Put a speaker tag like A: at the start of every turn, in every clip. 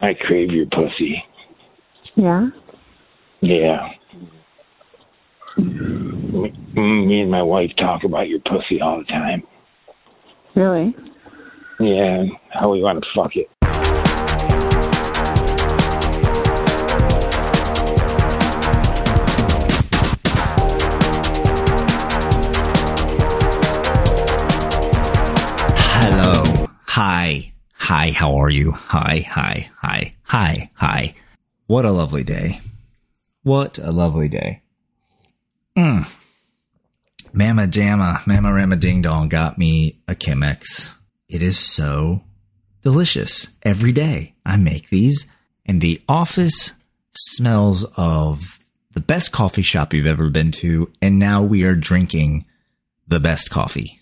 A: I crave your pussy.
B: Yeah.
A: Yeah. Me, me and my wife talk about your pussy all the time.
B: Really?
A: Yeah, how we want to fuck it.
C: Hello. Hi. Hi. How are you? Hi. Hi. Hi. Hi. Hi. What a lovely day. What a lovely day. Mm. Mama Jamma, Mama Rama Ding Dong got me a Chemex. It is so delicious. Every day I make these, and the office smells of the best coffee shop you've ever been to. And now we are drinking the best coffee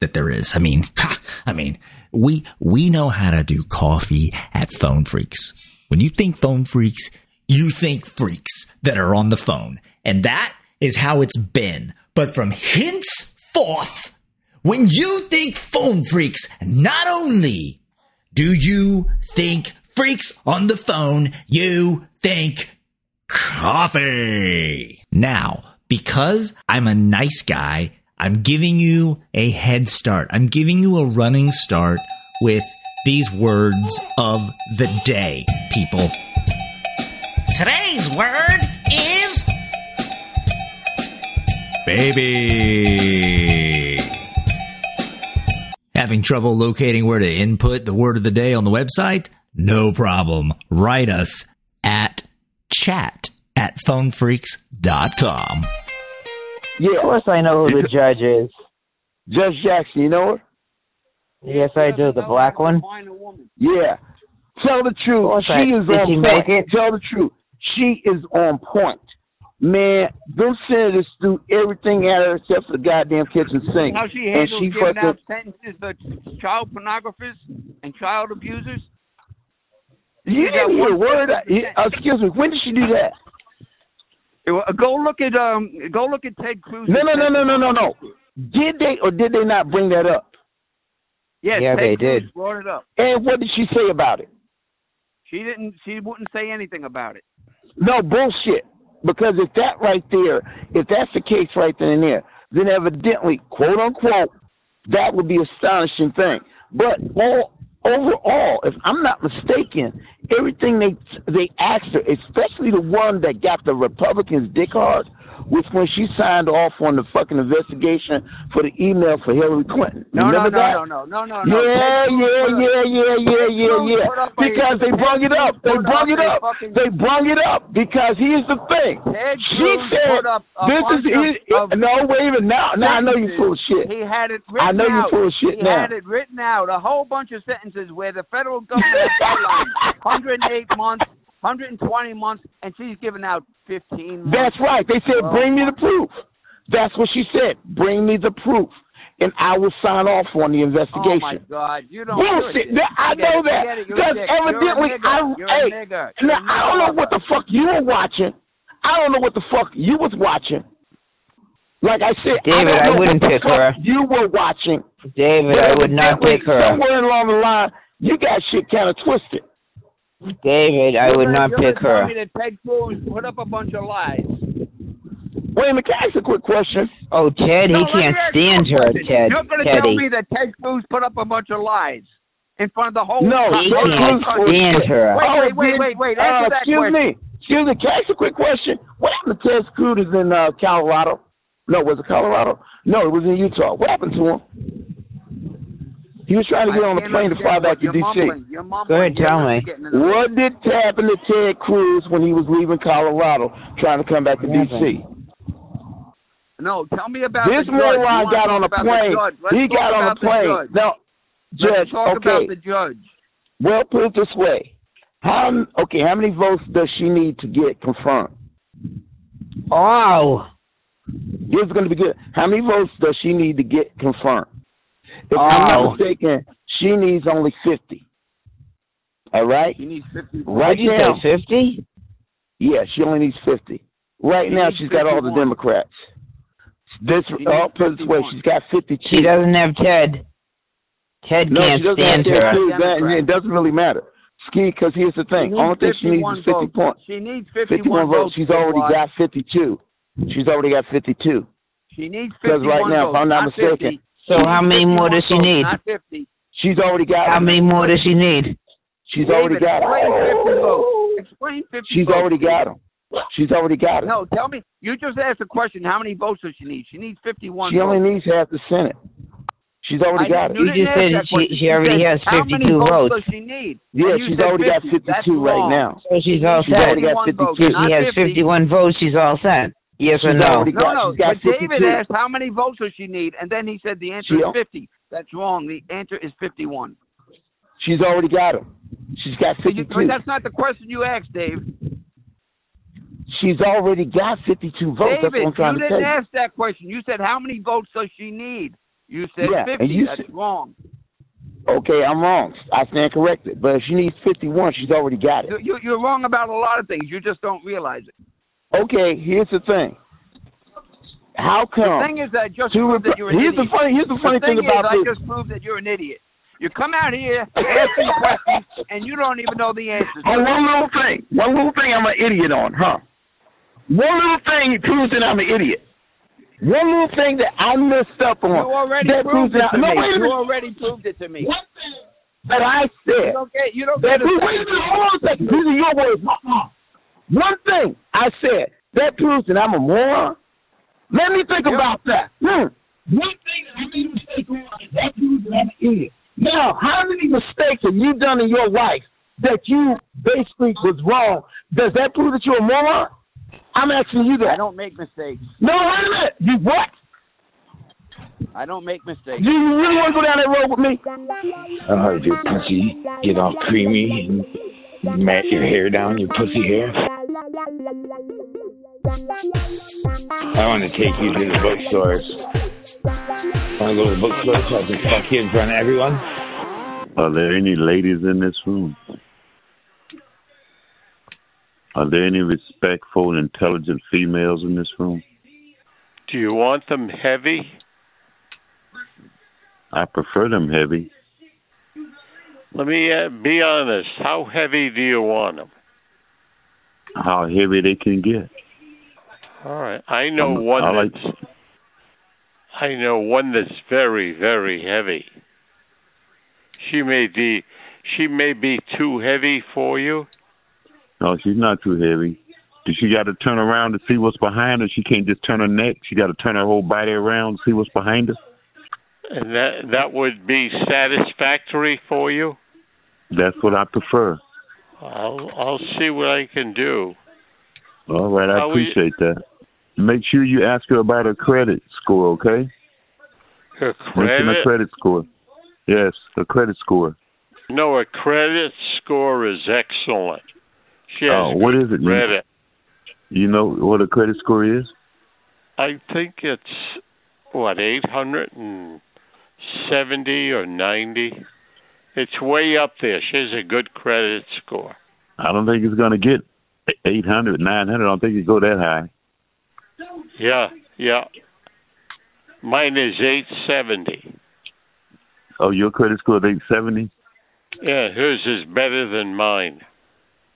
C: that there is. I mean, ha, I mean, we we know how to do coffee at Phone Freaks. When you think Phone Freaks, you think freaks that are on the phone, and that is how it's been. But from henceforth, when you think Phone Freaks, not only do you think freaks on the phone, you think coffee. Now, because I'm a nice guy, I'm giving you a head start. I'm giving you a running start with these words of the day, people. Today's word is baby. Having trouble locating where to input the word of the day on the website? No problem. Write us at chat at phonefreaks.com.
B: Of
A: Yeah,
B: course I know who the judge is.
A: Judge Jackson, you know her?
B: Yes, I do. The black one.
A: Yeah. Tell the truth.
B: What's
A: she
B: that?
A: is
B: Did
A: on
B: she
A: point.
B: make it?
A: Tell the truth. She is on point. Man, them senators threw everything at her except for the goddamn kitchen sink.
D: How she
A: and
D: handles
A: she
D: giving
A: fucked up.
D: out sentences to child pornographers and child abusers.
A: You didn't hear a word. I- he- uh, excuse me. When did she do that?
D: Uh, Go look at um, go look at Ted Cruz.
A: No, no, no, no, no, no, no. Did they or did they not bring that up?
D: Yes,
B: Yeah,
D: Ted
B: they
D: Cruz
B: did.
D: Brought it up.
A: And what did she say about it?
D: She didn't. She wouldn't say anything about it.
A: No bullshit. Because if that right there, if that's the case right then and there, then evidently, quote unquote, that would be astonishing thing. But all, overall, if I'm not mistaken, everything they they asked her, especially the one that got the Republicans dick hard, was when she signed off on the fucking investigation for the email for Hillary Clinton.
D: No,
A: Remember
D: no,
A: that?
D: no, no, no, no, no, no.
A: Yeah,
D: Ted
A: yeah,
D: Cruz put up-
A: yeah, yeah, yeah, yeah,
D: Cruz
A: yeah.
D: put up a-
A: Because they brung it up. They
D: Cruz put
A: brung
D: up
A: it
D: a
A: up.
D: fucking-
A: They brung it up because here's the thing.
D: Ted
A: She
D: Cruz
A: said,
D: put up a
A: "This is
D: bunch
A: it."
D: of- of
A: No, wait a minute. Now, now I know you full of shit.
D: He had it written
A: I know you're
D: out.
A: full of shit
D: he
A: now.
D: had it written out, a whole bunch of sentences where the federal government outlined 108 months, 120 months, and she's giving out 15 months.
A: That's right. They said, "Bring me the proof." That's what she said. Bring me the proof, and I will sign off on the
D: oh my
A: investigation.
D: God, you don't.
A: Bullshit.
D: You're a dick.
A: Now, I
D: Forget
A: know
D: it,
A: that.
D: forget it, you're a
A: Because
D: dick.
A: evidently,
D: you're a nigger.
A: I hey,
D: you're a nigger. You're
A: now
D: a
A: I don't know what the fuck you were watching. I don't know what the fuck you was watching. Like I said, I, don't
B: David, I
A: know what
B: wouldn't
A: the
B: pick
A: fuck
B: her.
A: You were watching.
B: David, I would not
A: evidently,
B: pick her up.
A: Somewhere along the line, you got shit kind of twisted.
B: David, I would
D: You're
B: not
D: gonna
B: pick her.
D: Tell me that Ted Cruz put up a bunch of lies.
A: Wait a minute, can I ask a quick question?
B: Oh, Ted, he
D: No, let me
B: can't
D: ask you a
B: stand her,
D: question.
B: Ted.
D: You're going to tell
B: Teddy.
D: me that Ted Cruz put up a bunch of lies in front of the whole.
A: No,
B: He
A: Ted
B: can't
A: Cruz-
B: stand her.
D: Wait,
A: Oh,
D: wait, wait,
A: did-
D: wait, wait.
A: uh,
D: Answer that
A: excuse
D: question.
A: me. Excuse me. Can I ask a quick question? What happened to Ted Cruz in uh, Colorado? No, was it Colorado? No, it was in Utah. What happened to him? He was trying to get on the plane to fly back to
D: You're
A: D.C.
D: mumbling. You're mumbling.
B: Go ahead,
D: You're
B: tell
D: not
B: me.
D: getting enough.
A: What did happen to Ted Cruz when he was leaving Colorado trying to come back to
B: What
A: D.C.?
D: No, tell me about
A: This
D: the judge. You
A: moron
D: wanna
A: got
D: talk
A: on a
D: about the
A: plane.
D: judge. Let's
A: He
D: talk
A: got on a
D: about the
A: plane.
D: judge.
A: Now, Judge,
D: Let's talk
A: okay.
D: about the judge.
A: Well, put it this way: how okay? How many votes does she need to get confirmed?
B: Oh,
A: This is going to be good. How many votes does she need to get confirmed? If I'm
B: Oh.
A: not mistaken, she needs only fifty. All right,
D: He needs 50.
A: right
B: what'd you
A: now,
B: say, 50?
A: yeah, she only needs fifty. Right
D: She
A: now,
D: needs
A: she's got all the
D: 51.
A: Democrats. This,
D: She needs
A: oh, put it this way,
D: 51.
A: she's got fifty-two.
B: She doesn't have Ted. Ted
A: no,
B: can't
A: she doesn't
B: stand
A: have
B: her.
A: tattoos. That- It doesn't really matter. Ski, because here's the thing. Only thing she needs is 50
D: 51 votes.
A: points.
D: She needs
A: 51,
D: 51
A: votes. She's already
D: Statewide.
A: got 52. She's already got 52.
D: She needs 51
A: Because right now, if
D: votes,
A: I'm not mistaken,
D: 50.
B: So how many more does she
D: 51 votes,
B: need?
D: Not 50.
A: She's already got.
B: How many more does she need?
A: She's already
D: David,
A: got.
D: Explain 50 votes.
A: them.
D: Explain 50
A: She's
D: votes.
A: already got them. She's already got them.
D: No, tell me. You just asked a question. How many votes does she need? She needs 51
A: She only
D: votes.
A: needs half the Senate. She's already
D: I
A: got it.
D: knew
B: You
D: didn't
B: just
D: ask
B: said
D: that
B: she-
D: question.
B: she already has
D: said, how many
B: 52
D: votes.
B: votes.
D: does she need?
A: Yeah,
D: And you
A: she's
D: said
A: already got
D: 50.
A: 52
D: That's
A: right
D: wrong.
A: now.
B: So she's all
A: She's
B: set.
A: already got
D: 51 votes,
A: 52.
D: not
B: She has
D: 50.
B: fifty-one votes. She's all set. Yes or
A: She's
B: no?
A: already-
D: No, no.
A: She's got
D: but David
A: 52.
D: asked how many votes does she need, and then he said the answer
A: She
D: is
A: don't-
D: 50. That's wrong. The answer is 51.
A: She's already got them. She's got
D: But you-
A: 52.
D: but that's not the question you asked, Dave.
A: She's already got 52 votes.
D: David,
A: That's what I'm trying
D: you
A: to tell
D: didn't
A: you.
D: ask that question. You said how many votes does she need? You said
A: Yeah, and
D: 50.
A: you
D: That's
A: said-
D: wrong.
A: Okay, I'm wrong. I stand corrected. But if she needs 51, she's already got it.
D: You- You, you're wrong about a lot of things. You just don't realize it.
A: Okay, here's the thing. How
D: The
A: come?
D: thing is, I just
A: two
D: proved
A: Repu-
D: that you're an
A: here's the
D: idiot.
A: funny. Here's the funny
D: the thing,
A: about
D: is, I
A: this.
D: just proved that you're an idiot. You come out here asking questions, and you don't even know the answers.
A: Oh, one little thing. One little thing I'm an idiot on, huh? One little thing proves that I'm an idiot. One little thing that I messed up on.
D: You already
A: that proves
D: proved it
A: that
D: to
A: no,
D: me.
A: wait a
D: You
A: minute.
D: already proved it to me.
A: That I
D: You
A: said.
D: don't get. You don't
A: That
D: get. a
A: proves, wait a
D: second.
A: minute. Hold on a second. These are your words. not mine. One thing I said that proves that I'm a moron. Let me think
D: Yeah.
A: about that. Hmm. One thing that I made a mistake on that proves that I'm an idiot. Now, how many mistakes have you done in your life that you basically was wrong? Does that prove that you're a moron? I'm asking you
D: I
A: that.
D: don't make mistakes.
A: No, wait a minute. You what?
D: I don't make mistakes.
A: Do you really want to go down that road with me?
E: I heard you're Uh, pussy. Get all creamy and mat your hair down, your pussy hair.
F: I
E: I want to take you to the bookstores.
F: wanna go to the bookstore so I can fuck you in front of everyone.
G: Are there any ladies in this room? Are there any respectful, intelligent females in this room?
H: Do you want them heavy?
G: I prefer them heavy.
H: Let me uh, be honest. How heavy do you want them?
G: How heavy they can get.
H: All right. I know
G: I'm-
H: one
G: Um, I like-
H: that's I know one that's very very heavy. She may be she may be too heavy for you.
G: No, she's not too heavy. Does she got to turn around to see what's behind her? She can't just turn her neck. She got to turn her whole body around to see what's behind her.
H: And that that would be satisfactory for you.
G: That's what I prefer.
H: I'll I'll see what I can do.
G: All right, I
H: How we-
G: appreciate that. Make sure you ask her about her credit score, okay?
H: Her
G: Mention her
H: credit
G: credit score. Yes, her credit score.
H: No, her credit score is excellent. She has
G: Oh, what
H: good
G: is it, man?
H: credit.
G: You know what a credit score is?
H: I think it's what eight hundred and seventy or ninety. It's way up there. She has a good credit score.
G: I don't think it's going to get 800, 900. I don't think it go that high.
H: Yeah, yeah. Mine is eight seventy.
G: Oh, your credit score is 870?
H: Yeah, hers is better than mine.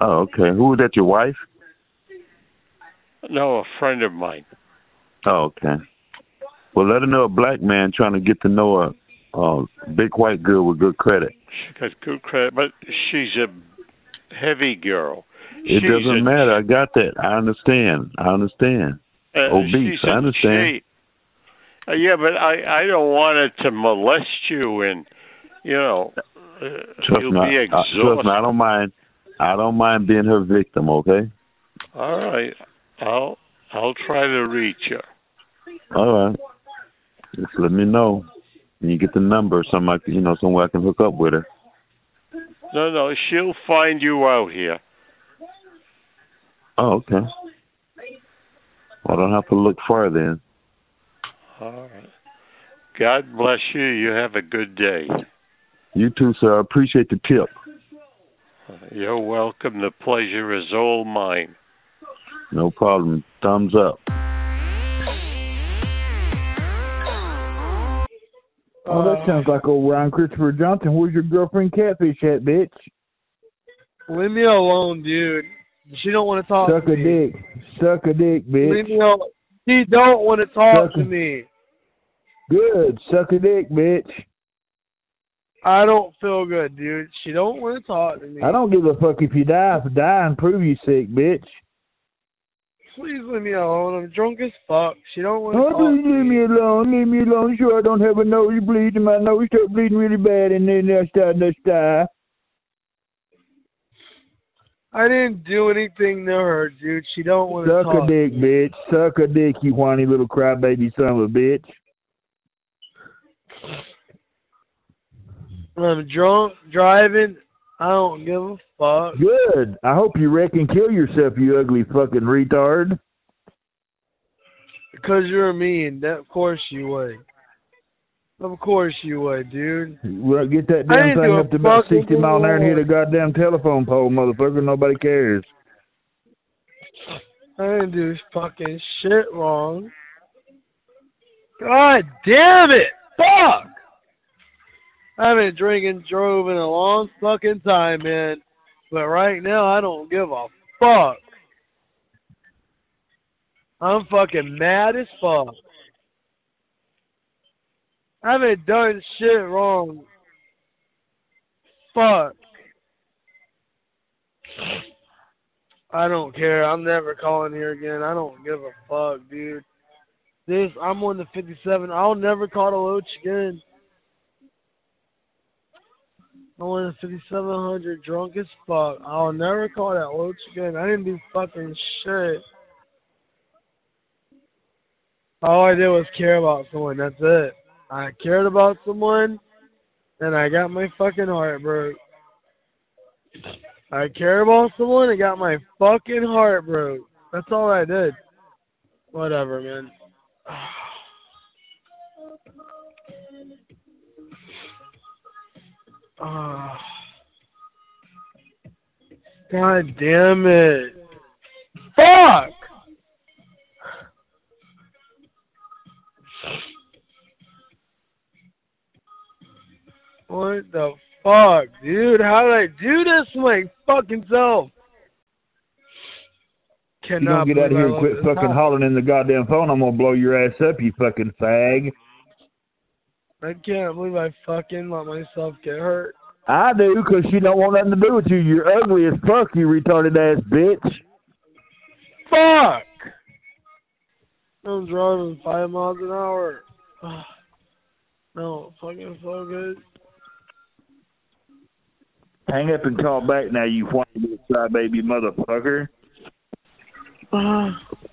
G: Oh, okay. Who was that, your wife?
H: No, a friend of mine.
G: Oh, okay. Well, let her know a black man trying to get to know a, a big white girl with good credit.
H: She got good credit, but she's a heavy girl.
G: It
H: She's
G: doesn't
H: a-
G: matter. I got that. I understand. I understand.
H: Uh,
G: Obese,
H: she's
G: Oh, I
H: a
G: understand.
H: she- Uh, yeah, but I I don't want it to molest you, and you know, uh,
G: Trust
H: you'll
G: me.
H: be
G: I, I,
H: exhausted.
G: trust me. I don't mind. I don't mind being her victim, okay?
H: All right, I'll I'll try to reach her.
G: All right. Just let me know. When you get the number, some I, can- you know, somewhere I can hook up with her.
H: No, no, she'll find you out here.
G: Oh, okay. I don't have to look far then.
H: All right. God bless you. You have a good day.
G: You too, sir. I appreciate the tip.
H: You're welcome. The pleasure is all mine.
G: No problem. Thumbs up.
I: Oh, that sounds like old Ryan Christopher Johnson. Where's your girlfriend catfish at, bitch? Leave me alone, dude. She don't want to talk
J: Suck
I: to
J: a
I: me.
J: dick. Suck a dick,
I: Leave me
J: bitch.
I: alone. She don't want to talk
J: Suck
I: to
J: a-
I: me.
J: Good. Suck a dick, bitch.
I: I don't feel good, dude. She don't want to talk to me.
J: I don't give a fuck if you die. If you die and prove you sick, bitch.
I: Please leave me alone. I'm drunk as fuck. She don't want to
J: Oh,
I: talk
J: please
I: to
J: leave
I: me.
J: me alone. Leave me alone. Sure, I don't have a nose bleed and my nose start bleeding really bad, and then I start to die.
I: I didn't do anything to her, dude. She don't want to
J: Suck a
I: talk.
J: dick, bitch. Suck a dick, you whiny little crybaby son of a bitch.
I: I'm drunk, driving. I don't give a fuck.
J: Good. I hope you wreck and kill yourself, you ugly fucking retard.
I: Because you're mean. That, of course you would. Of course you would, dude.
J: Well, get that
I: I
J: damn
I: didn't
J: thing
I: do a
J: up to about
I: fucking
J: 60 mile an hour and hit a
I: thing.
J: goddamn telephone pole, motherfucker. Nobody cares.
I: I didn't do fucking shit wrong. God damn it! Fuck! I haven't drinking drove in a long fucking time, man. But right now, I don't give a fuck. I'm fucking mad as fuck. I haven't done shit wrong. Fuck. I don't care. I'm never calling here again. I don't give a fuck, dude. This I'm on the 57. I'll never call the Loach again. I'm on the 5700, drunk as fuck. I'll never call that Loach again. I didn't do fucking shit. All I did was care about someone. That's it. I cared about someone, and I got my fucking heart broke. I care about someone and got my fucking heart broke. That's all I did. Whatever, man. Ah. God damn it. Fuck! What the fuck, dude? How did I do this to my fucking self?
J: you
I: Cannot
J: don't get out of
I: believe I
J: here and
I: let
J: quit
I: this
J: fucking
I: happen.
J: hollering in the goddamn phone, I'm gonna blow your ass up, you fucking fag.
I: I can't believe I fucking let myself get hurt.
J: I do, 'cause she don't want nothing to do with you. You're ugly as fuck, you retarded ass bitch.
I: Fuck! I'm driving five miles an hour. Ugh. No, fucking so good.
J: Hang up and call back now, you whiny little crybaby motherfucker.
I: Ugh.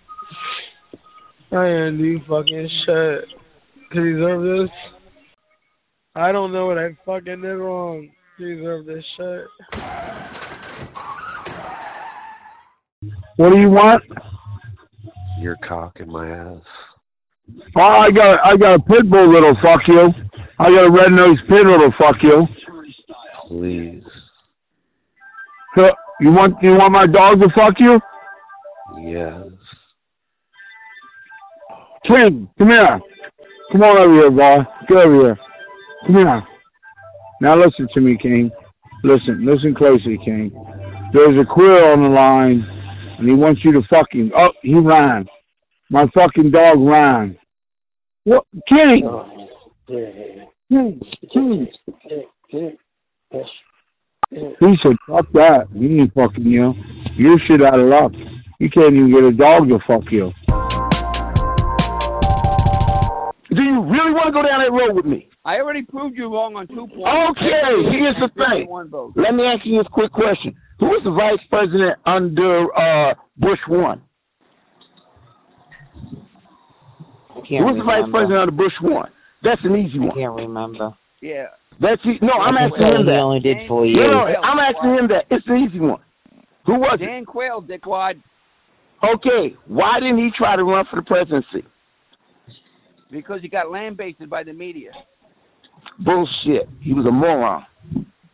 I: I didn't do fucking shit. To deserve this? I don't know what I fucking did wrong to deserve this shit.
A: What do you want?
K: Your cock in my ass.
A: Oh, I got I got a pit bull that'll fuck you. I got a red nosed pit that'll fuck you.
K: Please.
A: So you want you want my dog to fuck you?
K: Yes.
A: Twin, come here. Come on over here, boy. Get over here. Come here. Now listen to me, King. Listen, listen closely, King. There's a queer on the line, and he wants you to fuck him. Oh, he ran. My fucking dog ran. What, King? King, King. He said, "Fuck that. You ain't fucking you. You're shit out of luck. You can't even get a dog to fuck you." Do you really want to go down that road with me?
D: I already proved you wrong on two points.
A: Okay, here's the thing.
D: One vote.
A: Let me ask you this quick question. Who was the vice president under uh, Bush 1?
B: I
A: Who
B: can't
A: was the vice
B: remember.
A: president under Bush 1? That's an easy
B: I
A: one.
B: can't remember.
D: Yeah.
A: That's e- No, I'm
B: I
A: asking
B: can tell
A: him
B: he
A: that.
B: only did
A: No,
B: four years.
A: no, I'm asking him that. It's an easy one. Who was it?
D: Dan Quayle, dickwad,
A: Okay, why didn't he try to run for the presidency?
D: because he got lambasted by the media.
A: Bullshit. He was a moron.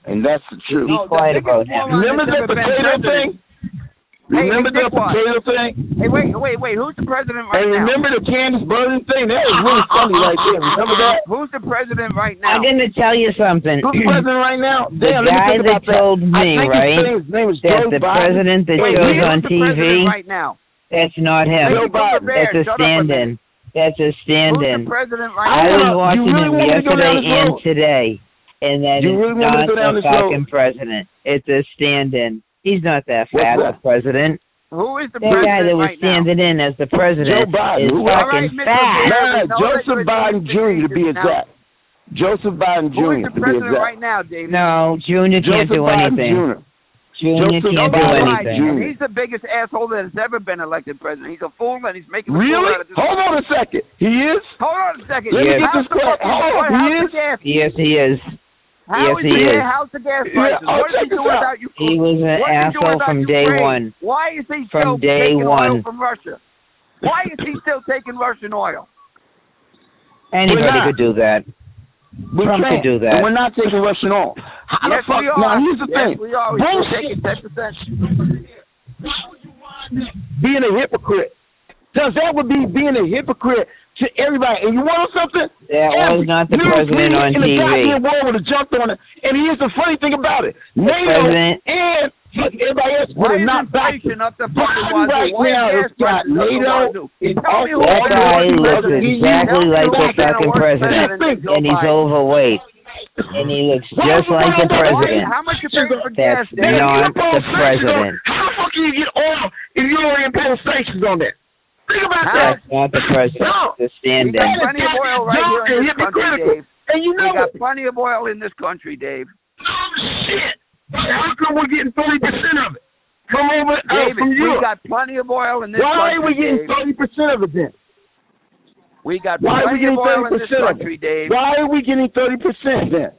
A: And that's the truth.
D: No, the
B: quiet
D: biggest
B: about that.
D: moron
A: Remember
D: that's
A: the
D: ever been
A: potato
D: president-
A: thing?
D: Hey,
A: remember
D: hey,
A: the
D: Dickwad.
A: potato thing?
D: Hey, wait, wait, wait. Who's the president right
A: Hey,
D: now?
A: remember the Candace Bergen thing? That was really funny right there. Remember that?
D: Who's the president right now?
B: I'm gonna tell you something.
A: Who's president right now?
B: The
A: Damn, let me
B: guy
A: think
B: that
A: about that.
B: told
A: I
B: me,
A: think his
B: right,
A: thing- His name is
B: that
A: Joe
B: the
A: Biden.
B: president that
A: Wait,
B: shows
A: who's
B: on
A: the president
B: TV,
A: right
D: now?
B: that's not him.
A: Joe Biden.
B: That's a stand-in. That's a stand-in.
D: president
B: I was watching
A: you really
B: him
A: want me to go
B: yesterday
A: down this
B: and
A: road?
B: today, and that
A: You
B: is
A: really want me to
B: not
A: go down
B: the
A: this road?
B: fucking president. It's a stand-in. He's not that
A: What's
B: fat,
A: that?
B: the president.
D: Who is the
B: That guy
D: president
B: that was
D: right now?
B: standing in as the president
A: Joe Biden.
B: is
A: Who
B: fucking
A: All right,
B: fat.
D: Mr. Barrett,
A: Nah,
D: no,
A: Joseph
D: let's-
A: Biden Jr. to be
D: now.
A: exact. Joseph Biden
D: Who is
A: Jr.
D: the
A: to be
D: president
A: exact.
D: right now, David?
B: No, Junior can't
A: Joseph
B: do
A: Biden
B: anything.
A: Jr.
B: Junior
A: Joseph Biden
B: can't do
A: Biden Jr.
B: anything.
D: He's the biggest asshole that has ever been elected president. He's a fool and he's making a fool
A: Really?
D: out of this.
A: Hold on a second. He is?
D: Hold on a second.
A: Let me
D: How's
A: get this
D: the
A: correct.
D: fucking-
A: Hold on.
D: how's
A: He
D: the
A: is?
D: gas-
B: Yes, he is.
D: How
B: Yes,
D: is
B: he
D: he
B: is.
D: in How's the gas prices?
B: Yeah,
A: oh,
D: what is
A: check
D: he
A: this
D: doing
A: out.
D: without you?
B: He was an
D: What is he doing
B: asshole
D: without
B: from day
D: Ukraine?
B: one.
D: Why is he
B: From
D: still
B: day
D: taking oil
B: one.
D: from Russia? Why is he still taking Russian oil?
A: We're
B: Anybody
A: not.
B: could do that.
A: We
B: Trump
A: can't.
B: could do that.
A: And we're not taking Russian off. How
D: yes,
A: the fuck?
D: we are.
A: Now, here's the
D: yes,
A: thing.
D: we are. We're still taking
A: Bullshit.
D: 10%.
A: Being a hypocrite. Because that would be being a hypocrite to everybody. And you want to know something?
B: That was
A: Every
B: not the
A: news
B: president
A: media
B: on
A: in the
B: TV.
A: goddamn world would have jumped on it. And here's the funny thing about it. NATO
B: president-
A: and fucking everybody else would
D: Why
A: have
D: is
A: not backed it.
D: inflation up the fucking
A: Biden
D: wazoo?
A: right
D: Why
A: now
D: is
A: has got
D: gas prices up the
A: NATO
D: wazoo?
A: in
D: Tell me who
A: all-
B: That guy
A: Everybody
B: looks
A: loves it.
B: exactly
A: He's
B: like
A: black
B: the
A: and
B: fucking
A: white
B: president,
A: president than Joe
B: and he's
A: Biden.
B: overweight, and he looks
A: Why
B: just
A: would
B: like the
A: Biden-
B: president.
D: How much you paying for gas?
B: That's
A: Then if
D: Dave?
A: you
B: not
A: look on
B: the
A: sanctions
B: president.
A: on- How the fuck can you get oil if you don't even put sanctions on that? Think about
D: How?
A: that.
B: That's not the president.
A: No.
B: The
D: We
B: stand-in.
D: got plenty of oil right here in this country,
A: Hypocritical.
D: Dave.
A: And you
D: We
A: know
D: got
A: it.
D: plenty of oil in this country, Dave.
A: Oh, shit. How come we're getting 30% of it? Come over out
D: David,
A: from
D: we
A: Europe.
D: got plenty of oil in this
A: Why
D: country.
A: ain't we getting
D: Dave.
A: 30% of it then?
D: We got
A: Why are we
D: plenty
A: getting
D: of oil in this
A: 30% of
D: country,
A: it?
D: Dave.
A: Why are we getting 30% then?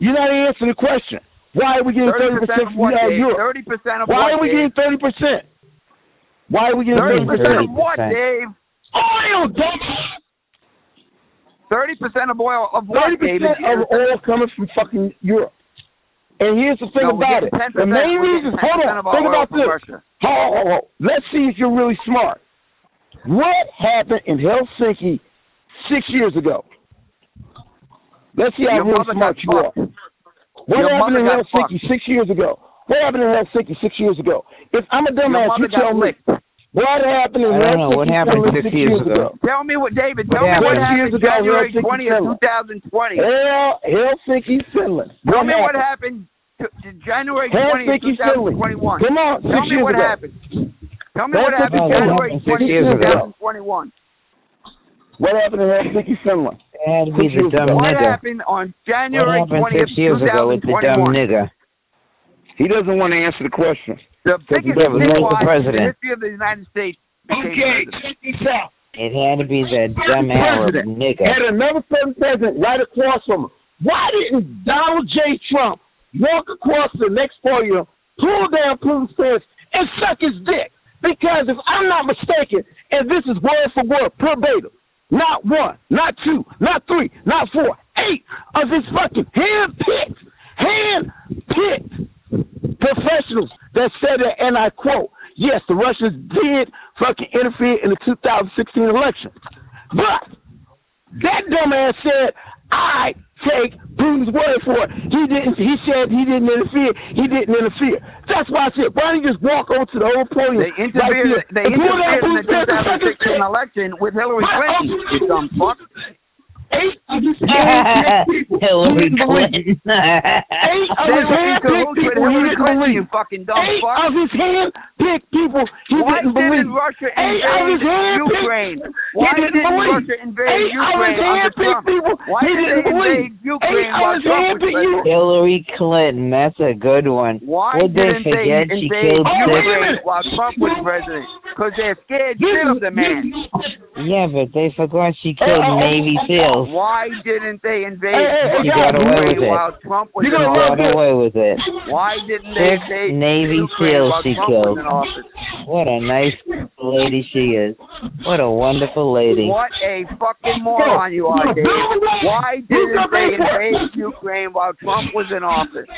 A: You're not answering the question. Why are we getting 30%
D: of
A: from
D: what,
A: out of
D: Dave?
A: Europe?
D: Thirty percent of
A: Why
D: what?
A: are we getting 30%? Why are we getting
D: thirty
A: 30%?
D: percent of what,
B: 30%.
D: Dave?
A: Oil, dumbass!
D: Thirty percent of oil of what,
A: Thirty
D: David?
A: percent of oil coming from fucking Europe. And here's the thing
D: No, we're
A: about
D: getting
A: it.
D: 10%.
A: The main
D: We're
A: reason,
D: getting
A: hold
D: 10%
A: on,
D: of our
A: think
D: oil
A: about
D: from
A: this.
D: Russia.
A: Hold, hold, hold. Let's see if you're really smart. What happened in Helsinki six years ago? Let's see how
D: Your
A: really
D: mother
A: smart
D: got
A: you are.
D: fucked.
A: What
D: Your
A: happened in
D: mother got
A: Helsinki six years ago? What happened in Helsinki six years ago? If I'm a
D: Your
A: dumbass,
D: mother
A: you tell
D: got
A: me.
D: licked.
A: What happened in
B: I don't know.
A: Helsinki
B: What happened
A: Finland
B: six years ago?
D: Tell me what, David. Tell
B: What
D: me what
B: happened?
D: happened
A: Years ago,
D: January
A: Helsinki,
D: twentieth, two
A: Finland.
D: thousand twenty.
A: Hell, Helsinki, Finland.
D: Tell
A: What
D: me what
A: happened?
D: happened to, to January twentieth,
A: Helsinki,
D: two
A: Finland.
D: thousand twenty-one.
A: Come on, six
D: Tell me
A: years
D: what
A: ago.
D: happened. Tell me what
A: Helsinki,
D: happened
B: Finland.
D: January
B: Six years
D: twentieth, two
B: ago.
D: thousand twenty-one.
A: What happened in Helsinki, Finland?
B: That'd be the dumb
D: What
B: nigger.
D: happened on
B: What
D: January
B: happened
D: twentieth,
B: six
D: two
B: years ago
D: thousand
B: with the dumb
D: twenty-one?
B: nigger?
A: He doesn't want to answer the question.
D: The
A: Because he
D: biggest
A: doesn't
B: make the
D: dickwad in
B: president.
D: the history of the United States. became president.
A: check this out.
B: It had to be the dumb Arab
A: president
B: nigger.
A: had another certain president right across from him. Why didn't Donald J. Trump walk across the next podium, pull down Putin's pants, and suck his dick? Because if I'm not mistaken, and this is word for word, verbatim, not one, not two, not three, not four, eight of his fucking hand-picked, hand-picked professionals that said that, and I quote, yes, the Russians did fucking interfere in the 2016 election. But that dumbass said, I take Putin's word for it. He didn't he said he didn't interfere. He didn't interfere. That's why I said, why don't you just walk over to the whole podium?
D: They interfered.
A: right
D: They
A: there and pull down
D: interfered in the
A: Putin's pants and suck his
D: 2016
A: dick?
D: election with Hillary
A: Why
D: Clinton.
A: don't
D: You dumb fuck.
A: Eight of his hand people who
B: Hillary
A: didn't believe.
B: Clinton.
A: Eight of
D: They
A: his
D: were in
A: hand
D: cahoots
A: picked
D: with
A: people he
D: Hillary
A: didn't
D: Clinton,
A: believe.
D: you fucking dumb
A: Eight
D: fuck.
A: of his hand picked people he
D: Why
A: didn't
D: didn't
A: believe.
D: Russia
A: Eight of his hand
D: invade
A: picked-
D: Ukraine?
A: He
D: Why
A: didn't
D: didn't
A: believe.
D: Russia invade
A: Eight of his
D: Ukraine under
A: hand picked
D: Trump?
A: people
D: Why
A: he
D: did
A: didn't
D: they
A: believe.
D: invade Ukraine
A: Eight of
D: while
A: his
D: Trump
A: hand
D: was
A: picked
D: president?
B: Hillary Clinton. That's a good one.
D: Why
B: Would they
D: didn't they
B: forget she
D: invade
B: killed
A: Oh, wait a
D: Ukraine
A: minute.
D: while Trump was president? Because they're scared shit of the man.
B: Yeah, but they forgot she
A: Hey,
B: killed
A: oh,
B: Navy
A: oh,
B: SEALs.
D: Why didn't they invade
A: Hey, hey, hey,
B: You got away
D: Ukraine
B: with it.
D: while Trump was
A: You
D: in
A: got
D: office?
A: away
B: Got away with it.
D: Why didn't they
B: Six
D: invade
B: Navy
D: Ukraine
B: SEALs
D: while
B: she
D: Trump was
B: killed.
D: in office?
B: What a nice lady she is. What a wonderful lady.
D: What a fucking moron you are, Dave. Why didn't they invade Ukraine while Trump was in office?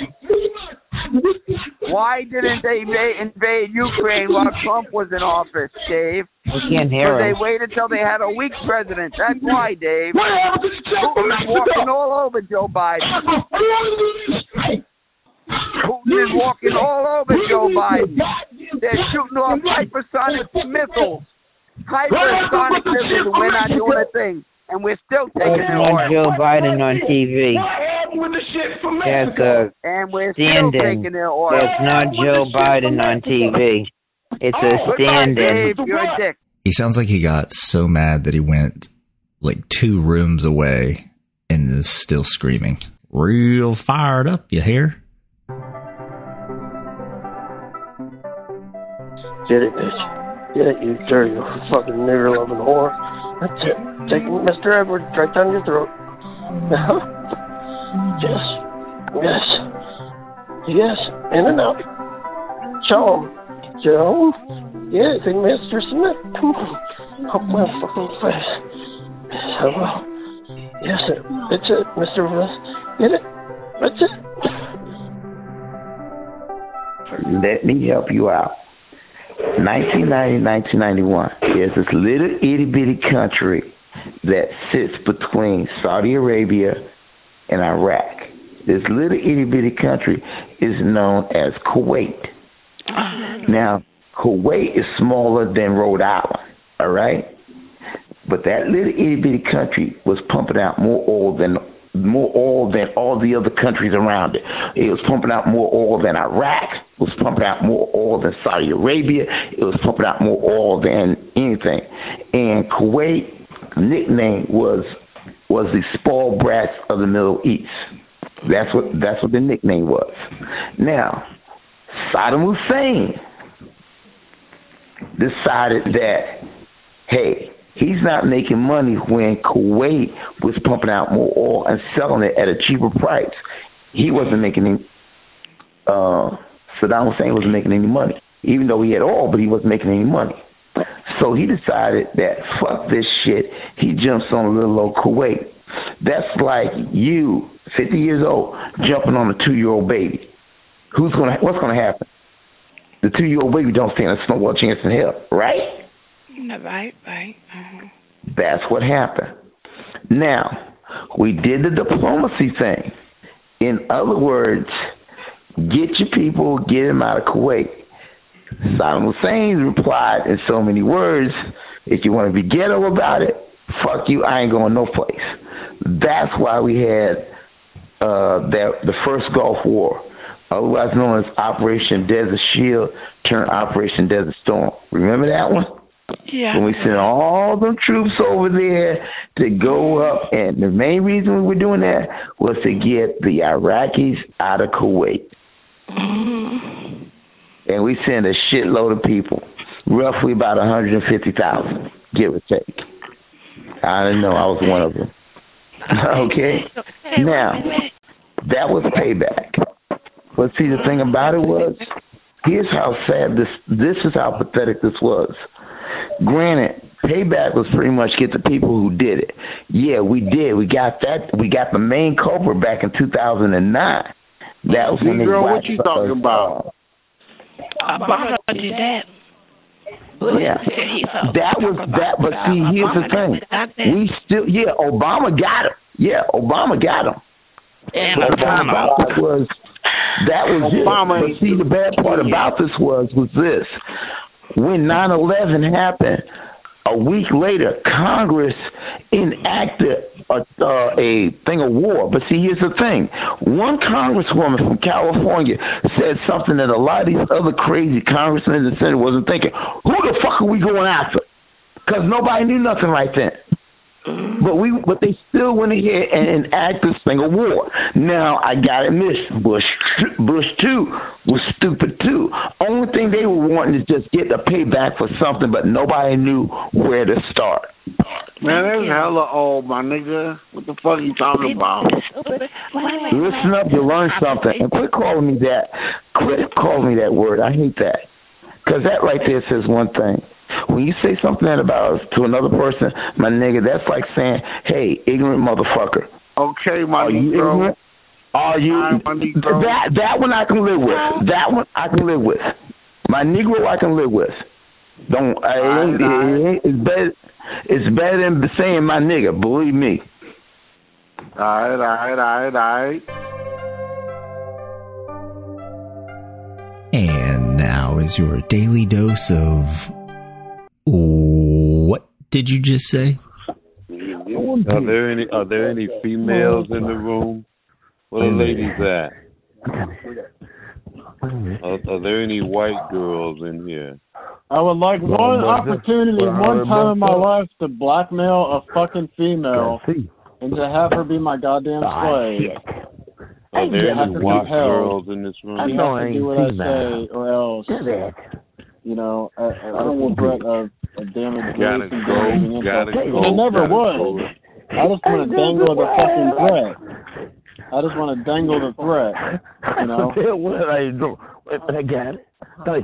D: Why didn't they inva- invade Ukraine while Trump was in office, Dave?
B: We can't hear
D: Because they
B: him.
D: waited till they had a weak president. That's why, Dave.
K: What happened to Trump from
D: Putin's walking
K: Mexico?
D: all over Joe Biden. Putin is walking all over Joe Biden. They're shooting off hypersonic missiles. Hypersonic missiles, and we're not doing a thing. And we're still taking
B: Let's
D: it
B: want
D: hard.
B: Joe Biden on TV. That's a
D: And we're still
B: stand-in.
D: taking their order.
B: That's not Joe Biden on TV. It's a stand-in.
D: Dave, you're a dick.
C: He sounds like he got so mad that he went like two rooms away and is still screaming. Real fired up, you hear?
L: Get it, bitch. Get it, you dirty fucking nigger loving whore. That's it. Take Mr. Edwards right down your throat. yes. Yes. Yes. In and out. Show him. Show him. Yeah, take Mr. Smith. Come on. Up my fucking face. Yes, I will. Yes, it. That's it, Mr. Smith. Get it. That's it.
A: Let me help you out. 1990, 1991. There's this little itty bitty country that sits between Saudi Arabia and Iraq. This little itty bitty country is known as Kuwait. Now, Kuwait is smaller than Rhode Island, all right? But that little itty bitty country was pumping out more oil than more oil than all the other countries around it. It was pumping out more oil than Iraq. It was pumping out more oil than Saudi Arabia. It was pumping out more oil than anything. And Kuwait nickname was was the spoiled brats of the Middle East. That's what that's what the nickname was. Now, Saddam Hussein decided that, hey, he's not making money when Kuwait was pumping out more oil and selling it at a cheaper price. He wasn't making any, uh, Saddam Hussein wasn't making any money, even though he had oil, but he wasn't making any money. So he decided that fuck this shit. He jumps on a little old Kuwait. That's like you, 50 years old, jumping on a two year old baby. Who's gonna? What's gonna happen? The two year old baby don't stand a snowball chance in hell, right?
H: Right, right. Uh-huh.
A: That's what happened. Now, we did the diplomacy thing. In other words, get your people, get them out of Kuwait. Saddam Hussein replied in so many words if you want to be ghetto about it, fuck you, I ain't going no place. That's why we had uh, that, the first Gulf War, otherwise known as Operation Desert Shield, turned Operation Desert Storm. Remember that one?
H: Yeah.
A: When we sent all them troops over there to go up, and the main reason we were doing that was to get the Iraqis out of Kuwait. And we sent a shitload of people, roughly about 150,000, give or take. I don't know, I was one of them. okay? Now, that was payback. But see, the thing about it was, here's how sad this, this is how pathetic this was granted, payback was pretty much get the people who did it. Yeah, we did. We got that. We got the main culprit back in 2009. That was when they
K: Negro, what
A: wiped
K: you
A: us
K: talking
A: out.
H: Obama did that.
A: Yeah, that was that. But see, here's the thing. We still, yeah, Obama got him. Yeah, Obama got him.
K: And
A: But That was that was it.
K: Obama-
A: But see, the bad part about this was was this: when 9/11 happened, a week later, Congress enacted a, uh, a thing of war. But see, here's the thing: one congresswoman from California said something that a lot of these other crazy congressmen and senators wasn't thinking. Who the fuck are we going after? Because nobody knew nothing right then. But we, but they still went ahead and enacted this thing of war. Now I gotta admit, Bush, Bush too was stupid too. Only thing they were wanting is just get a payback for something, but nobody knew where to start.
K: Man, that's hella old, my nigga. What the fuck you talking about?
A: Listen up, you learn something, and quit calling me that. Quit calling me that word. I hate that because that right there says one thing. When you say something that about us to another person, my nigga, that's like saying, "Hey, ignorant motherfucker."
K: Okay, my
A: Are you
K: Negro.
A: ignorant? Are you that that one I can live with. That one I can live with. My Negro I can live with. Don't I, ain't- it ain't- it's better it's better than saying my nigga, believe me.
F: All right, all right, all right, all right.
C: And now is your daily dose of what did you just say?
G: Are there any Are there any females in the room? Where the ladies at? Are, are there any white girls in here?
L: I would like
G: Well,
L: one
G: was it-
L: opportunity,
G: well,
L: one
G: I
L: time in my
G: remember-
L: life to blackmail a fucking female and to have her be my goddamn
G: Ah,
L: slave.
G: Are there
L: have
G: any
L: to
G: white
L: compel.
G: girls in this room?
L: You have to do what I say, or else, you know, I, I, I will regret a, a damage.
G: Gotta go, gotta go.
L: I never
G: gotta
L: would.
G: go.
L: I just want to dangle the fucking threat. I just want to dangle the threat. You know.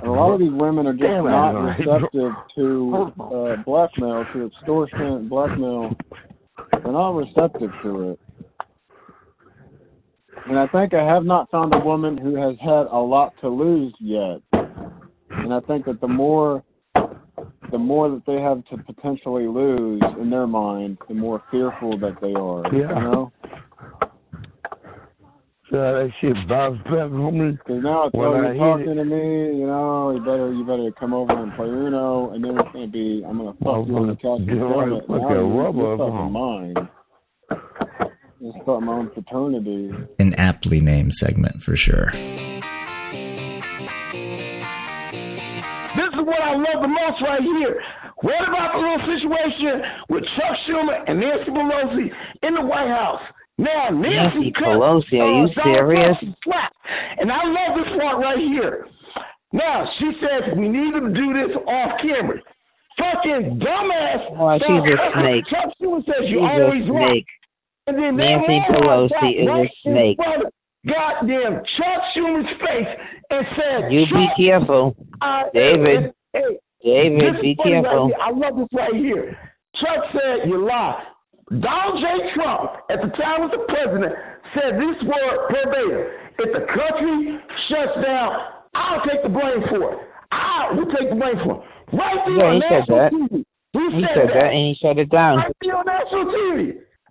L: A lot of these women are just
M: Damn,
L: not
M: I don't know.
L: receptive to uh, blackmail, to extortion, blackmail. They're not receptive to it. And I think I have not found a woman who has had a lot to lose yet. And I think that the more the more that they have to potentially lose in their mind, the more fearful that they are.
J: Yeah.
L: You know?
J: So that shit bounced back on me.
L: Because now it's
J: When
L: oh,
J: I
L: you're
J: hit
L: talking to me, you know, you better you better come over and play Uno, and then it's gonna be I'm gonna
J: I'm
L: fuck you on the couch.
J: gonna get right
L: and
J: fucking
L: now you're-
J: rubber
L: you're
J: up
L: fucking
J: on.
L: mine. Just start my own fraternity.
C: An aptly named segment for sure.
A: This is what I love the most right here. What about the little situation with Chuck Schumer and Nancy Pelosi in the White House? Now Nancy,
B: Nancy Pelosi, are you
A: uh, Donald
B: serious?
A: Trump slap. And I love this part right here. Now she says we need to do this off camera. Fucking dumbass.
B: Oh, she's a snake.
A: Chuck Schumer says you
B: She's a
A: always right.
B: snake.
A: And then they
B: Nancy
A: realized
B: Pelosi
A: that
B: is a
A: right in
B: snake.
A: front of Goddamn Chuck Schumer's face and said,
B: You be
A: "Chuck,
B: careful.
A: I- Uh,
B: David.
A: Hey,
B: David,
A: this is
B: be
A: funny right
B: careful.
A: here. I love this right here. Chuck said you lie. Donald J. Trump, at the time of the president, said this word verbatim. If the country shuts down, I'll take the blame for it. I will take the blame for it. Right there on
B: Yeah, he said
A: national
B: that.
A: TV. He,
B: He
A: said,
B: said that and he shut it down.
A: Right there on national TV.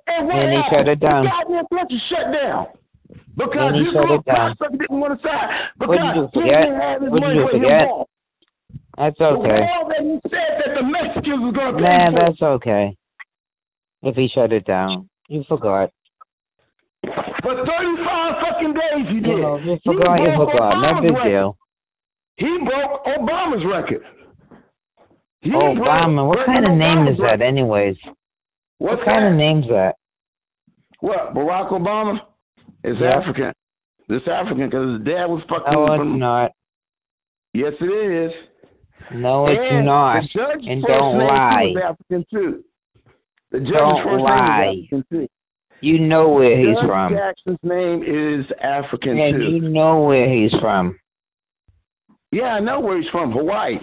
A: And what
B: Then he
A: happened?
B: shut it down.
A: The goddamn country shut down. Because
B: Then he
A: this
B: shut it
A: little
B: down.
A: cocksucker didn't want to sign.
B: What did you
A: Because he
B: forget?
A: didn't have his
B: What did
A: money
B: you
A: where his
B: forget?
A: mouth
B: That's
A: the
B: okay.
A: wall that he said that the Mexicans was going to pay
B: Man,
A: for.
B: that's okay. If he shut it down. You forgot.
A: For 35 fucking days he did.
B: You forgot, you forgot. No big deal.
A: He broke Obama's record. He broke
B: Obama, what kind of name is that anyways?
A: What's
B: What kind of name's that?
A: What, Barack Obama is
B: Yeah.
A: African. It's African because his dad was fucking
B: No, it's
A: from...
B: not.
A: Yes, it is.
B: No, it's
A: and
B: not.
A: The judge
B: And
A: first
B: don't
A: name, he
B: lie.
A: was African too. The judge's
B: Don't
A: first
B: lie.
A: name is African too.
B: You know where he's
A: Judge
B: from.
A: Jackson's name is African
B: And
A: too.
B: you know where he's from.
A: Yeah, I know where he's from, Hawaii.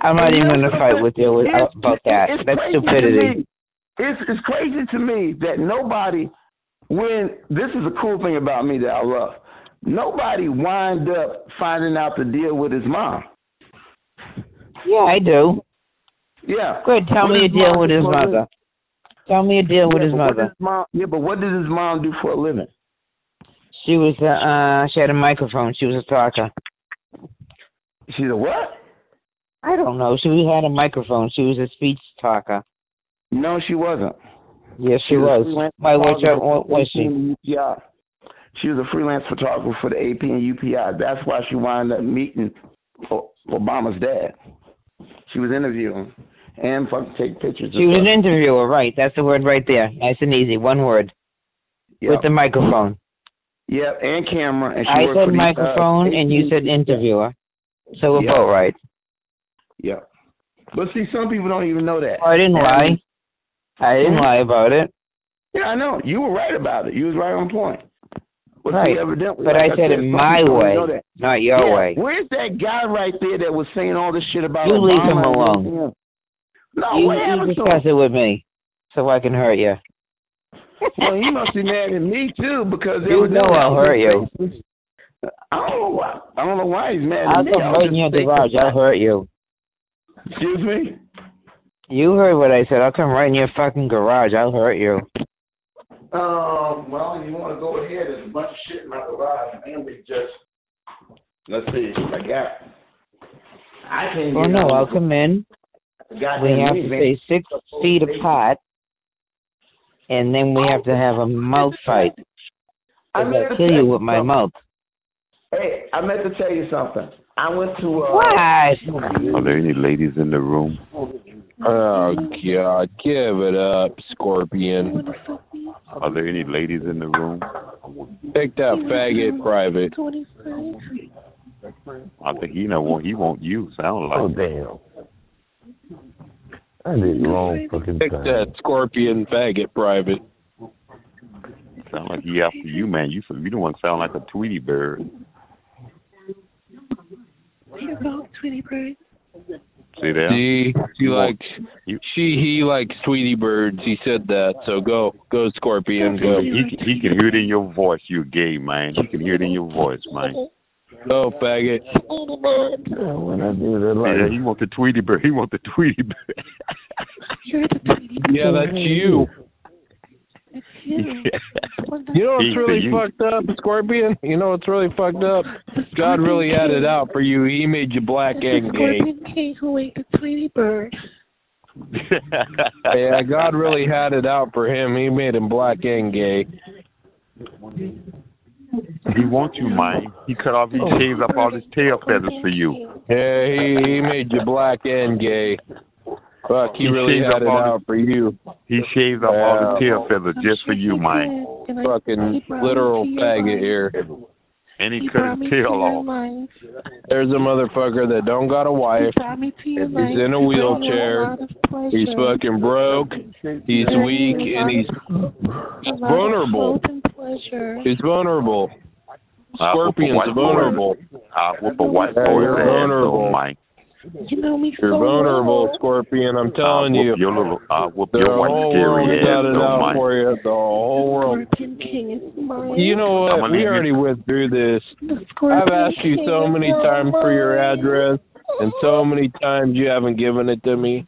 B: I'm not even gonna fight with you with-
A: It's-
B: about that.
A: it's
B: That's
A: crazy to
B: stupidity.
A: me. It's it's crazy to me that nobody, when this is a cool thing about me that I love, nobody wind up finding out the deal with his mom.
B: Yeah, I do.
A: Yeah.
B: Good. Tell
A: What
B: me a
A: his
B: deal
A: mom
B: with
A: did
B: his
A: for a living.
B: mother. Tell me a deal with
A: Yeah,
B: his
A: but what did
B: mother.
A: mom, yeah, but what did his mom do for a living?
B: She was a, uh, she had a microphone. She was a talker.
A: She's a what?
B: I don't know. She had a microphone. She was a speech talker.
A: No, she wasn't.
B: Yes, she, was. Why? What, what was she?
A: Yeah. She was a freelance photographer for the AP and UPI. That's why she wound up meeting O- Obama's dad. She was interviewing and fucking take pictures.
B: She was an interviewer, right? That's the word right there. Nice and easy. One word.
A: Yeah.
B: With the microphone.
A: yeah, and camera. And she
B: I
A: worked for
B: said
A: the, uh,
B: microphone and you said interviewer. So we're
A: Yeah.
B: both right.
A: Yeah. But see, some people don't even know that.
B: I didn't
A: And
B: lie. I didn't
A: Mhm.
B: lie about it.
A: Yeah, I know. You were right about it. You was right on point. But see,
B: right.
A: evidently,
B: but
A: like
B: I said it
A: some
B: my
A: people don't
B: way,
A: know that.
B: not your
A: Yeah,
B: way.
A: Where's that guy right there that was saying all this shit about
B: You
A: Obama
B: leave him
A: and
B: alone.
A: everything else? No,
B: you,
A: what
B: you
A: happened to
B: discuss
A: him?
B: it with me so I can hurt you.
A: well, he must be mad at me too because
B: You
A: every
B: know
A: day-
B: I'll hurry you.
A: I don't know why. I don't know why he's mad at
B: I'll
A: me.
B: come
A: was
B: right in your
A: just
B: garage.
A: thinking-
B: I'll hurt you.
A: Excuse me.
B: You heard what I said. I'll come right in your fucking garage. I'll hurt you.
A: Um, well, you want to go ahead? There's a bunch of shit in my garage. and we just let's see what I got. I can't.
B: Well,
A: get
B: no,
A: out.
B: I'll come in.
A: Goddamn
B: We have to
A: minivan.
B: stay six feet apart, and then we have to have a mouth fight.
A: I
B: I'm
A: meant
B: gonna
A: to
B: kill
A: tell
B: you
A: you
B: with my
A: something.
B: mouth.
A: Hey, I meant to tell you something. I went to uh.
B: What?
G: Are there any ladies in the room?
N: Oh God, give it up, Scorpion.
G: Are there any ladies in the room?
N: Pick that faggot private.
G: I think he know what he want you. Sound like.
K: Oh, damn. I did wrong fucking
N: Pick
K: time.
N: that scorpion faggot private.
G: Sound like he after you, man. You you don't want to sound like a Tweety bird.
O: Here go, Tweety Bird.
G: See that?
N: See, he like
G: she
N: he likes Tweety birds. He said that. So go, go scorpion, go.
G: He, he can hear it in your voice. You gay man. He can hear it in your voice, man.
N: Go faggot.
K: Oh,
G: Yeah, he want the Tweety bird. He want the Tweety bird.
N: Yeah, that's you. You know what's
G: He-
N: really
G: you-
N: fucked up, Scorpion? You know what's really fucked up? God really had it out for you. He made you black
O: It's the
N: and gay.
O: Scorpion King who ate the Tweety Bird.
N: Yeah, God really had it out for him. He made him black and gay.
G: he wants you, man. He cut off. He
O: Oh.
G: shaves up all his tail feathers for you.
N: Yeah, he he made you black and gay. Fuck, he,
G: He
N: really
G: shaved
N: had
G: up
N: it
G: all his-
N: out for you.
G: He shaves up all his tail feathers just for you, man.
N: Fucking literal faggot here.
G: And he cut his tail off.
O: Mine.
N: There's a motherfucker that don't got a wife.
O: Brought me to your
N: He's
O: life.
N: in a wheelchair.
O: lot of pleasure.
N: He's fucking broke. He's weak and he's
O: A lot of
N: vulnerable.
O: hope and pleasure.
N: He's vulnerable.
G: I'll whoop a
N: Scorpion's
G: white boy.
N: vulnerable.
G: I'll whoop a white
N: Yeah,
G: boy.
N: you're
G: ass,
N: vulnerable.
G: though, man.
O: You know me
N: You're
K: Oh,
O: so
N: vulnerable, Scorpion. I'm telling you.
G: Your little, I'll Uh, whoop
N: The
G: your white
N: whole world
G: scary
N: got
G: ass,
N: it
G: though,
N: out
G: man.
N: for you. The whole world.
O: well. Scorpion King is mine.
N: You know
G: I'm
N: what?
G: gonna
N: We
G: leave
N: already went through this.
O: The Scorpion
N: I've asked you
O: King
N: so
O: is
N: many
O: mine.
N: times for your address, and so many times you haven't given it to me.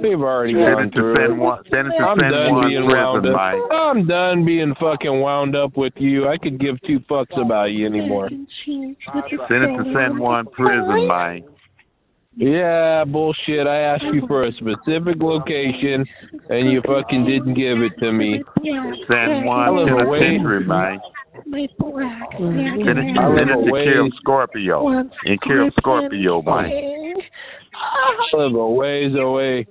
N: We've already
G: Send
N: gone
G: it to
N: through
G: San Juan,
N: it.
G: send it to
N: I'm
G: San
N: done
G: Juan
N: being wound
G: prison,
N: up.
G: man.
N: I'm done being fucking wound up with you. I could give two fucks about you anymore.
O: Send
G: Send it to San Juan prison, man.
N: Yeah, bullshit. I asked you for a specific penetration, and you fucking didn't give it to me.
O: Yeah.
G: San Juan
N: I live away.
G: penitentiary, man.
O: My black.
G: Send it,
O: Yeah.
G: send it to
N: away.
G: kill Scorpio. And kill Scorpio, man.
N: I live a ways away.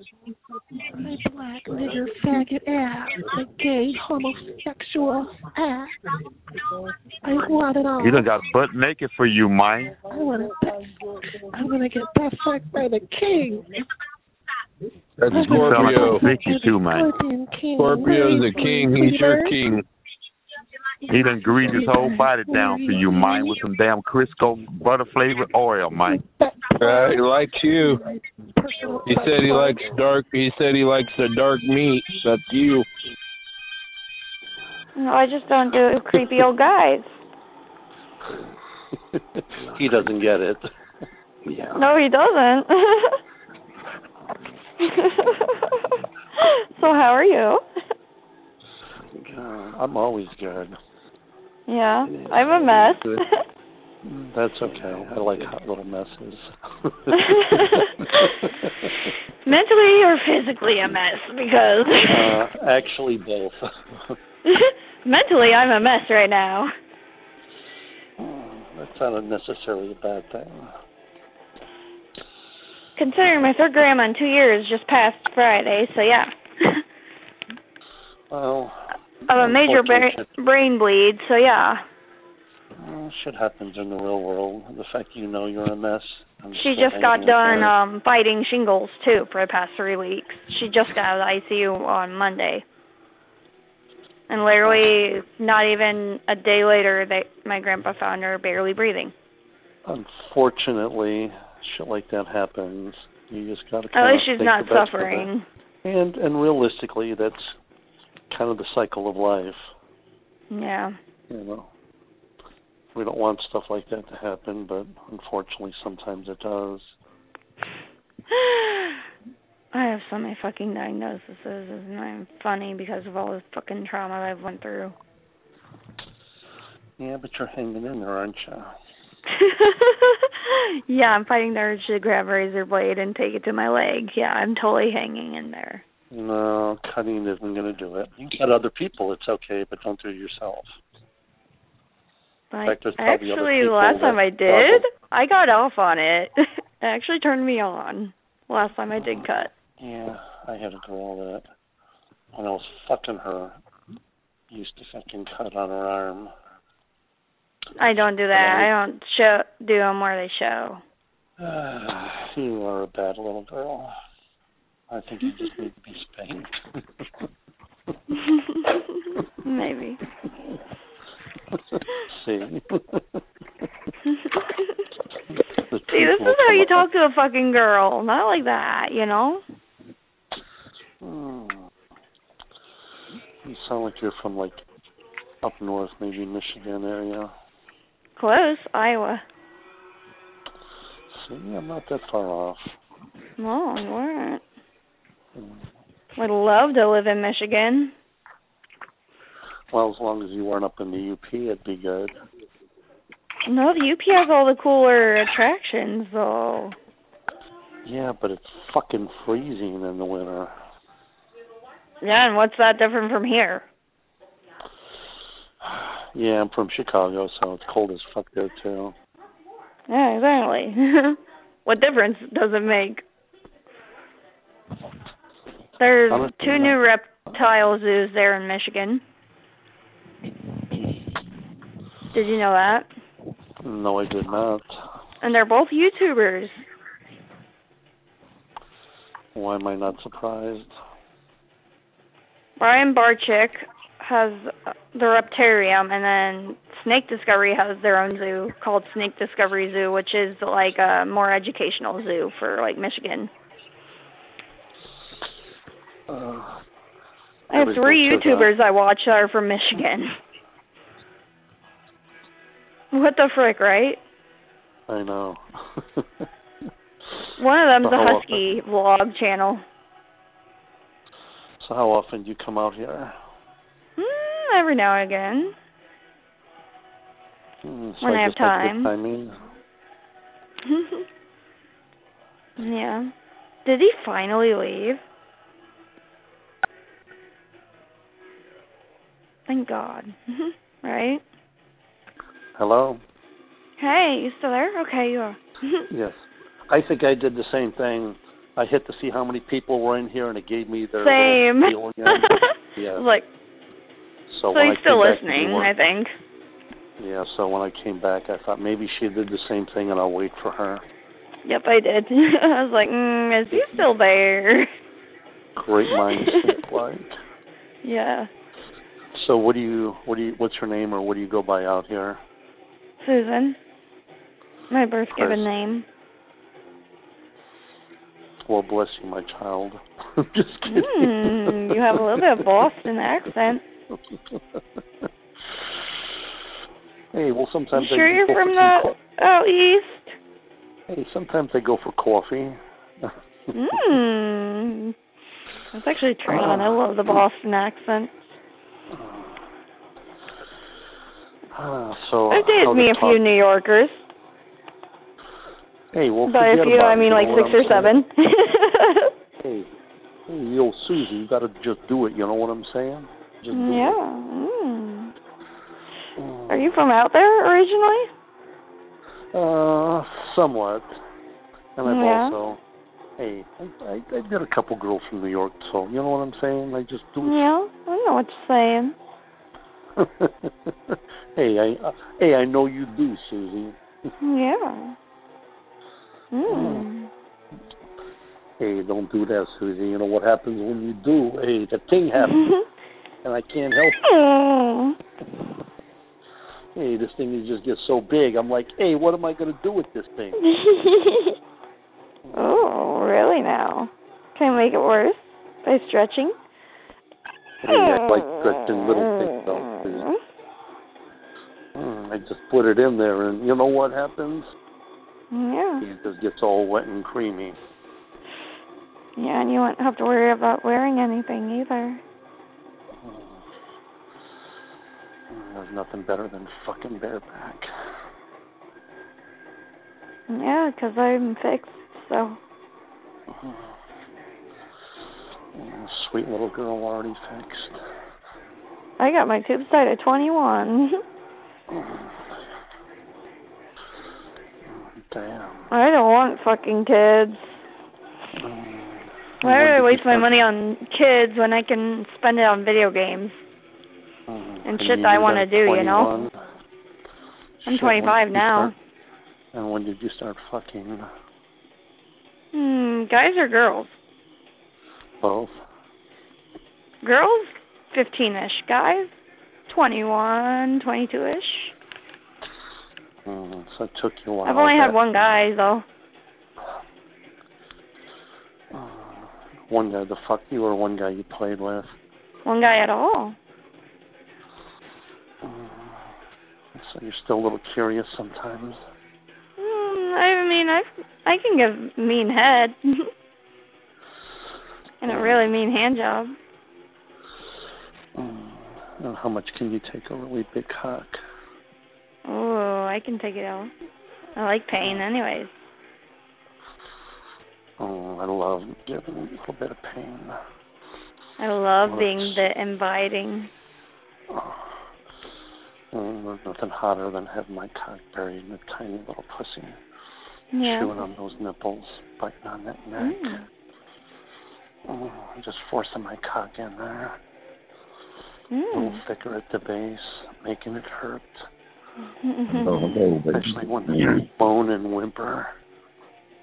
O: My black nigger faggot ass. My gay homosexual ass. Ah, I want it all.
G: He done got butt naked for you, man.
O: I want it back. I'm gonna get that fucked by the king.
N: That's
G: You sound like
N: Scorpio.
G: a bitch, too, man.
O: Scorpion king.
N: Scorpio's a king. He's your king.
G: He done greased his whole body down for you, man, with some damn Crisco butter flavored oil, man.
N: Uh, he likes you. He said he likes dark. He said he likes the dark meat. That's you.
P: No, I just don't do creepy old guys.
K: he doesn't get it.
P: No, he doesn't. so how are you?
K: God, I'm always good.
P: Yeah, I'm a mess.
K: That's okay. I like hot little messes.
P: Mentally or physically a mess because
K: uh, actually, both.
P: mentally I'm a mess right now.
K: That's not necessarily a bad thing.
P: Considering my third grandma in two years just passed Friday, so yeah,
K: Well,
P: of a major bra- brain bleed. So yeah,
K: uh, shit happens in the real world. The fact you know you're a mess. I'm
P: she
K: still
P: just got
K: hanging
P: done
K: with her.
P: um fighting shingles too for the past three weeks. She just got out of the ICU on Monday, and literally not even a day later, they my grandpa found her barely breathing.
K: Unfortunately, shit like that happens. You just gotta.
P: At
K: kinda
P: least she's
K: think
P: not
K: the best of it.
P: suffering.
K: And and realistically, that's kind of the cycle of life.
P: Yeah.
K: You know, we don't want stuff like that to happen, but unfortunately, sometimes it does.
P: I have so many fucking diagnoses, and I'm funny because of all the fucking trauma that I've went through.
K: Yeah, but you're hanging in there, aren't you?
P: yeah, I'm fighting the urge to grab a razor blade and take it to my leg. Yeah, I'm totally hanging in there.
K: No, cutting isn't going to do it. You cut other people, it's okay, but don't do it yourself.
P: But
K: In fact, there's probably other
P: actually,
K: people
P: last
K: that
P: time I did,
K: struggle.
P: I got off on it. it actually turned me on. Last time I
K: Oh.
P: did cut.
K: Yeah, I had a girl that when I was fucking her, used to fucking cut on her arm.
P: I don't do that. I don't show do them where they show.
K: you are a bad little girl. I think you just need to be spanked.
P: Maybe.
K: See?
P: See, this is how you talk to a fucking girl. Not like that, you know.
K: Hmm. You sound like you're from like up north, maybe Michigan area.
P: Close, Iowa.
K: See, I'm not that far off. Hmm.
P: No, you weren't. Would love to live in Michigan.
K: Well, as long as you weren't up in the UP, it'd be good.
P: No, the UP has all the cooler attractions, though.
K: Yeah, but it's fucking freezing in the winter.
P: Yeah, and what's that different from here?
K: Yeah, I'm from Chicago, so it's cold as fuck there too.
P: Yeah, exactly. what difference does it make? There's
K: I don't
P: two
K: know.
P: new reptile zoos there in Michigan. Did you know that?
K: No, I did not.
P: And they're both YouTubers.
K: Why am I not surprised?
P: Brian Barchik has uh, the Reptarium, and then Snake Discovery has their own zoo called Snake Discovery Zoo, which is like a more educational zoo for like Michigan.
K: Uh,
P: I have
K: Everybody
P: three
K: says that.
P: YouTubers I watch that are from Michigan. what the frick, right?
K: I know.
P: One of them's a
K: The whole-
P: Husky vlog channel.
K: so how often do you come out here?
P: Mm, every now and again.
K: Hmm, so
P: When I have
K: guess that's
P: time.
K: good timing.
P: yeah. Did he finally leave? Thank God. right?
K: Hello.
P: Hey, you still there? Okay, you are.
K: Yes. I think I did the same thing. I hit to see how many people were in here, and it gave me their
P: Same.
K: little feeling in. Yeah.
P: like,
K: so
P: so,
K: when Oh, I
P: he's still
K: came back, you
P: listening,
K: weren't-
P: I think.
K: Yeah, so when I came back, I thought maybe she did the same thing and I'll wait for her.
P: Yep, I did. I was like, mm, is he still there?
K: Great minds think alike.
P: yeah.
K: So what do you what do you what's your name or what do you go by out here?
P: Susan. My birth
K: Chris.
P: given name.
K: Well, bless you, my child. I'm just kidding.
P: Mm, you have a little bit of Boston accent.
K: Hey, well
P: You
K: sometimes I
P: sure you're
K: go for
P: from
K: some
P: the
K: co-
P: out east?
K: Hey, sometimes I go for coffee.
P: Mmm. That's actually true. and I love the Boston accent.
K: Ah, so
P: I've
K: how
P: dated
K: they
P: me a
K: talk-
P: few New Yorkers.
K: Hey, well,
P: By a
K: forget
P: few,
K: about
P: I
K: it,
P: mean
K: you
P: like
K: know what
P: six or
K: I'm
P: seven.
K: saying? Hey, hey, yo, Susie, you got to just do it. You know what I'm saying? Just do Mm.
P: yeah. Mm. Are you from out there originally?
K: it. Uh, somewhat. And I've
P: Yeah.
K: also, hey, I, I I've got a couple girls from New York, so you know what I'm saying. I just do it.
P: Yeah, I know what you're saying.
K: hey, I uh, hey, I know you do, Susie.
P: Hmm, Yeah.
K: Hmm.
P: Mm.
K: Hey, don't do that, Susie. You know what happens when you do? Hey, the thing happens, and I can't help
P: Mm-hmm. Mm.
K: hey, this thing is just gets so big. I'm like, hey, what am I gonna do with this thing?
P: oh, really now? Can I make it worse by stretching?
K: And they act like stretching little things out. too. Mm, I just put it in there, and you know what happens?
P: Yeah.
K: It just gets all wet and creamy.
P: Yeah, and you won't have to worry about wearing anything either.
K: There's nothing better than fucking bareback.
P: Yeah, 'cause I'm fixed, so.
K: Mm, Hmm. Sweet little girl already fixed.
P: I got my tubes tied at 21.
K: Hmm. Damn.
P: I don't want fucking kids. Why would I waste my money on kids when I can spend it on video games
K: Uh-huh.
P: and shit that I want to do, you know? I'm
K: Shit, when
P: 25
K: did you
P: now.
K: start- And when did you start fucking?
P: Hmm, guys or girls?
K: Both.
P: Girls, 15 ish. Guys, 21, 22 ish.
K: Mm, so it took you a while.
P: I've only
K: but
P: had one guy, though.
K: One guy the fuck you or one guy you played with.
P: One guy at all.
K: Mm-hmm. So you're still a little curious sometimes.
P: Hmm, I mean, I I can give mean head and a really mean hand job.
K: Mm-hmm. And how much can you take a really big cock?
P: Ooh, I can take it out. I like pain, anyways.
K: Oh, I love getting a little bit of pain.
P: I love being the inviting.
K: Mm, Mm-hmm. there's nothing hotter than having my cock buried in a tiny little pussy,
P: Yeah.
K: chewing on those nipples, biting on that neck.
P: Mm.
K: Mm, just forcing my cock in there, a little
P: Mm.
K: thicker at the base, making it hurt. Mm-hmm.
E: hello, baby.
K: Especially when they moan and whimper.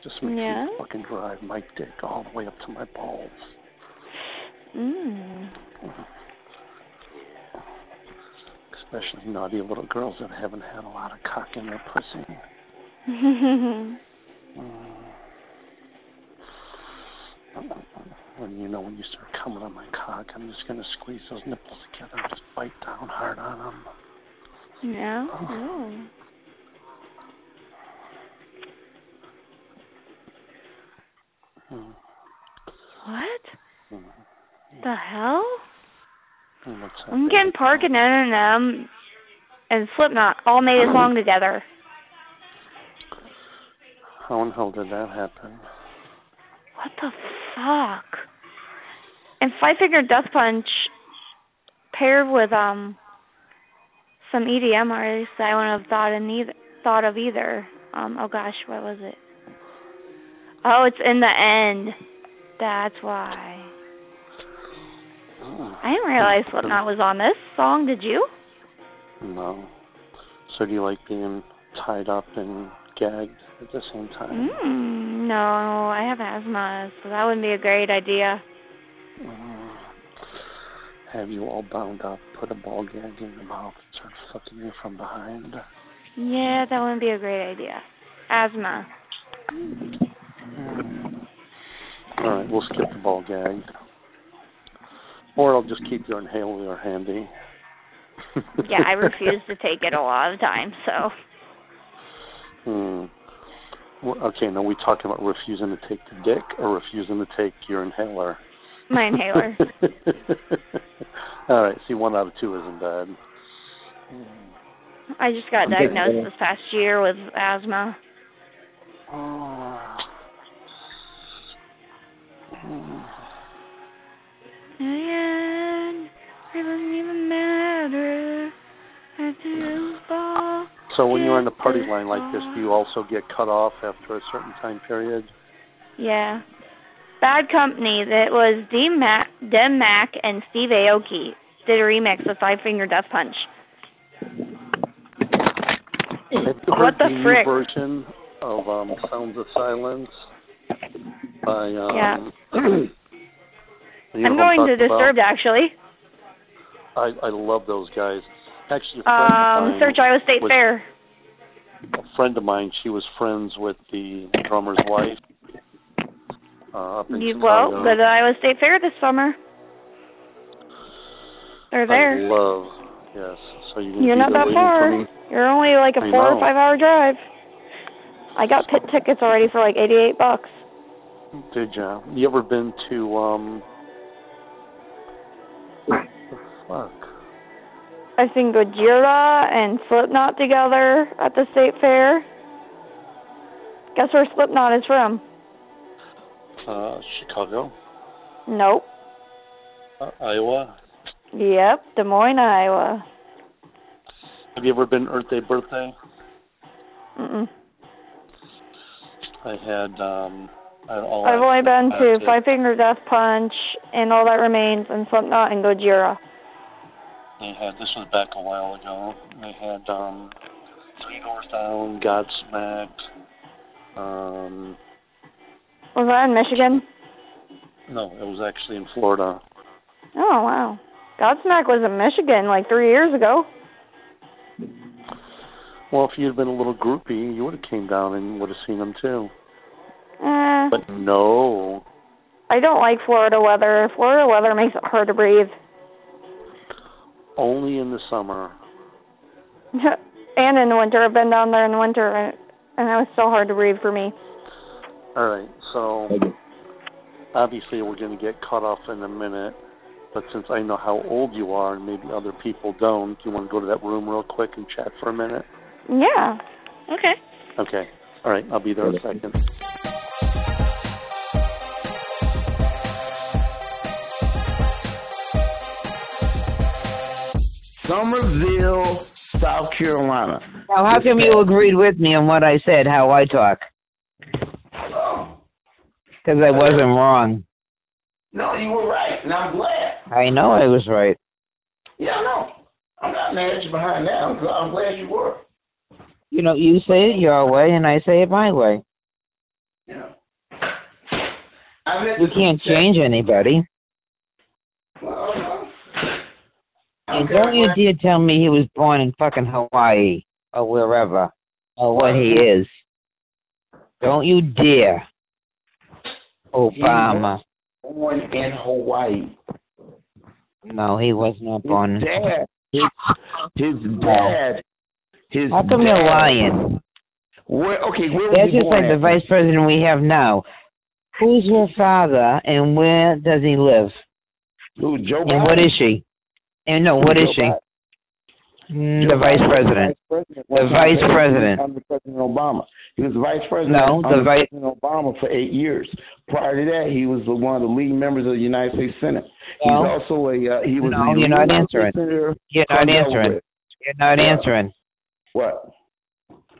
K: Just makes
P: Yeah.
K: me fucking drive my dick all the way up to my balls.
P: Mm.
K: Especially naughty little girls that haven't had a lot of cock in their pussy. And you know when you start coming on my cock, I'm just gonna squeeze those nipples together, and just bite down hard on them.
P: yeah. Oh. What the hell? I'm getting Park and M and Slipknot all made a song together.
K: How in hell did that happen?
P: What the fuck? And Five Finger Death Punch paired with um some EDM artists that I wouldn't have thought in either, thought of either. Um oh gosh, what was it? Oh, it's in the end. That's why.
K: Mm,
P: I didn't realize Slipknot was on this song, did you?
K: No. So do you like being tied up and gagged at the same time?
P: Mm, no, I have asthma, so that wouldn't be a great idea.
K: Hmm. Have you all bound up, put a ball gag in your mouth, and start fucking you from behind?
P: Yeah, that wouldn't be a great idea. Asthma.
K: All right, we'll skip the ball gag. Or I'll just keep your inhaler handy.
P: yeah, I refuse to take it a lot of times. So
K: Hmm. Well, Okay, now we talking about refusing to take the dick or refusing to take your inhaler.
P: my inhaler.
K: All right, see, one out of two isn't bad.
P: I just got diagnosed this past year with asthma. And it doesn't even matter. I do fall.
K: So when you're on the party line like this, do you also get cut off after a certain time period?
P: Yeah. Bad Company. That was D Mac, Dem Mac, and Steve Aoki did a remix of Five Finger Death Punch.
K: Have you
P: What
K: heard
P: the
K: new
P: frick?
K: version of um, Sounds of Silence by um,
P: Yeah.
K: you know
P: I'm
K: who
P: going to
K: talking about?
P: Disturbed actually.
K: I, I love those guys. Actually, a friend of
P: Um,
K: mine,
P: Search Iowa State
K: was-
P: Fair.
K: a friend of mine, she was friends with the drummer's wife. Uh, up in
P: You, well,
K: Chicago.
P: go to Iowa State Fair this summer. They're there.
K: I love. Yes. So you can
P: You're not
K: keep it
P: that
K: waiting
P: far.
K: for me.
P: You're only like a
K: I
P: four or
K: know.
P: five hour drive. I got pit tickets already for like 88 bucks.
K: Did you? You ever been to um? Fuck.
P: I've seen Gojira and Slipknot together at the state fair. Guess where Slipknot is from?
K: Uh, Chicago,
P: Nope.
K: uh, Iowa.
P: Yep, Des Moines, Iowa.
K: Have you ever been Earth Day birthday?
P: Mm-mm.
K: I had um. I, all
P: I've only been
K: I
P: to
K: did-
P: Five Finger Death Punch and All That Remains and Slipknot and Gojira.
K: They had this was back a while ago. They had um, Three Doors Down, Godsmack. Um,
P: Was that in Michigan?
K: no, it was actually in Florida.
P: Oh wow. Godsmack was in Michigan like three years ago.
K: Well, if you'd been a little groupie, you would have came down and would have seen them too.
P: Eh,
K: But no,
P: I don't like Florida weather. Florida weather makes it hard to breathe.
K: only in the summer.
P: and in the winter, I've been down there in the winter, and and it was so hard to breathe for me.
K: All right, so obviously we're going to get cut off in a minute. But since I know how old you are, and maybe other people don't, do you want to go to that room real quick and chat for a minute?
P: Yeah. Okay.
K: Okay. All right, I'll be there in a second.
A: Somerville, South Carolina.
B: Now, how come you agreed with me on what I said, how I talk? Because I wasn't wrong.
A: No, you were right, and I'm glad.
B: I know I was right.
A: Yeah, I know. I'm not mad at you behind that. I'm, gl- I'm glad you were.
B: You know, you say it your way, and I say it my way.
A: Yeah. I meant
B: We
A: to-
B: can't change anybody.
A: Well, no.
B: And don't you dare tell me he was born in fucking Hawaii or wherever or what he is. Don't you dare, Obama.
A: Born in Hawaii.
B: No, he was not born.
A: Dad. His, his dad. His
B: How come you're
A: dad-
B: lying?
A: Where, okay, where was
B: That's
A: he
B: just
A: born
B: like the
A: at?
B: vice president we have now. Who's your father, and where does he live?
A: Who, Joe
B: And what
A: Biden?
B: is she? And no, what
A: Joe
B: is she?
A: Biden.
B: Mm, the vice president. The vice president.
A: Under President Obama. He was the vice president.
B: No, the
A: under
B: vice-
A: President Obama for eight years. Prior to that, he was the, one of the lead members of the United States Senate.
B: No.
A: He's also a uh, he was.
B: No,
A: the
B: you're not
A: lead
B: answering.
A: senator
B: You're
A: from
B: not answering.
A: Delaware.
B: You're not
A: Yeah.
B: answering.
A: What?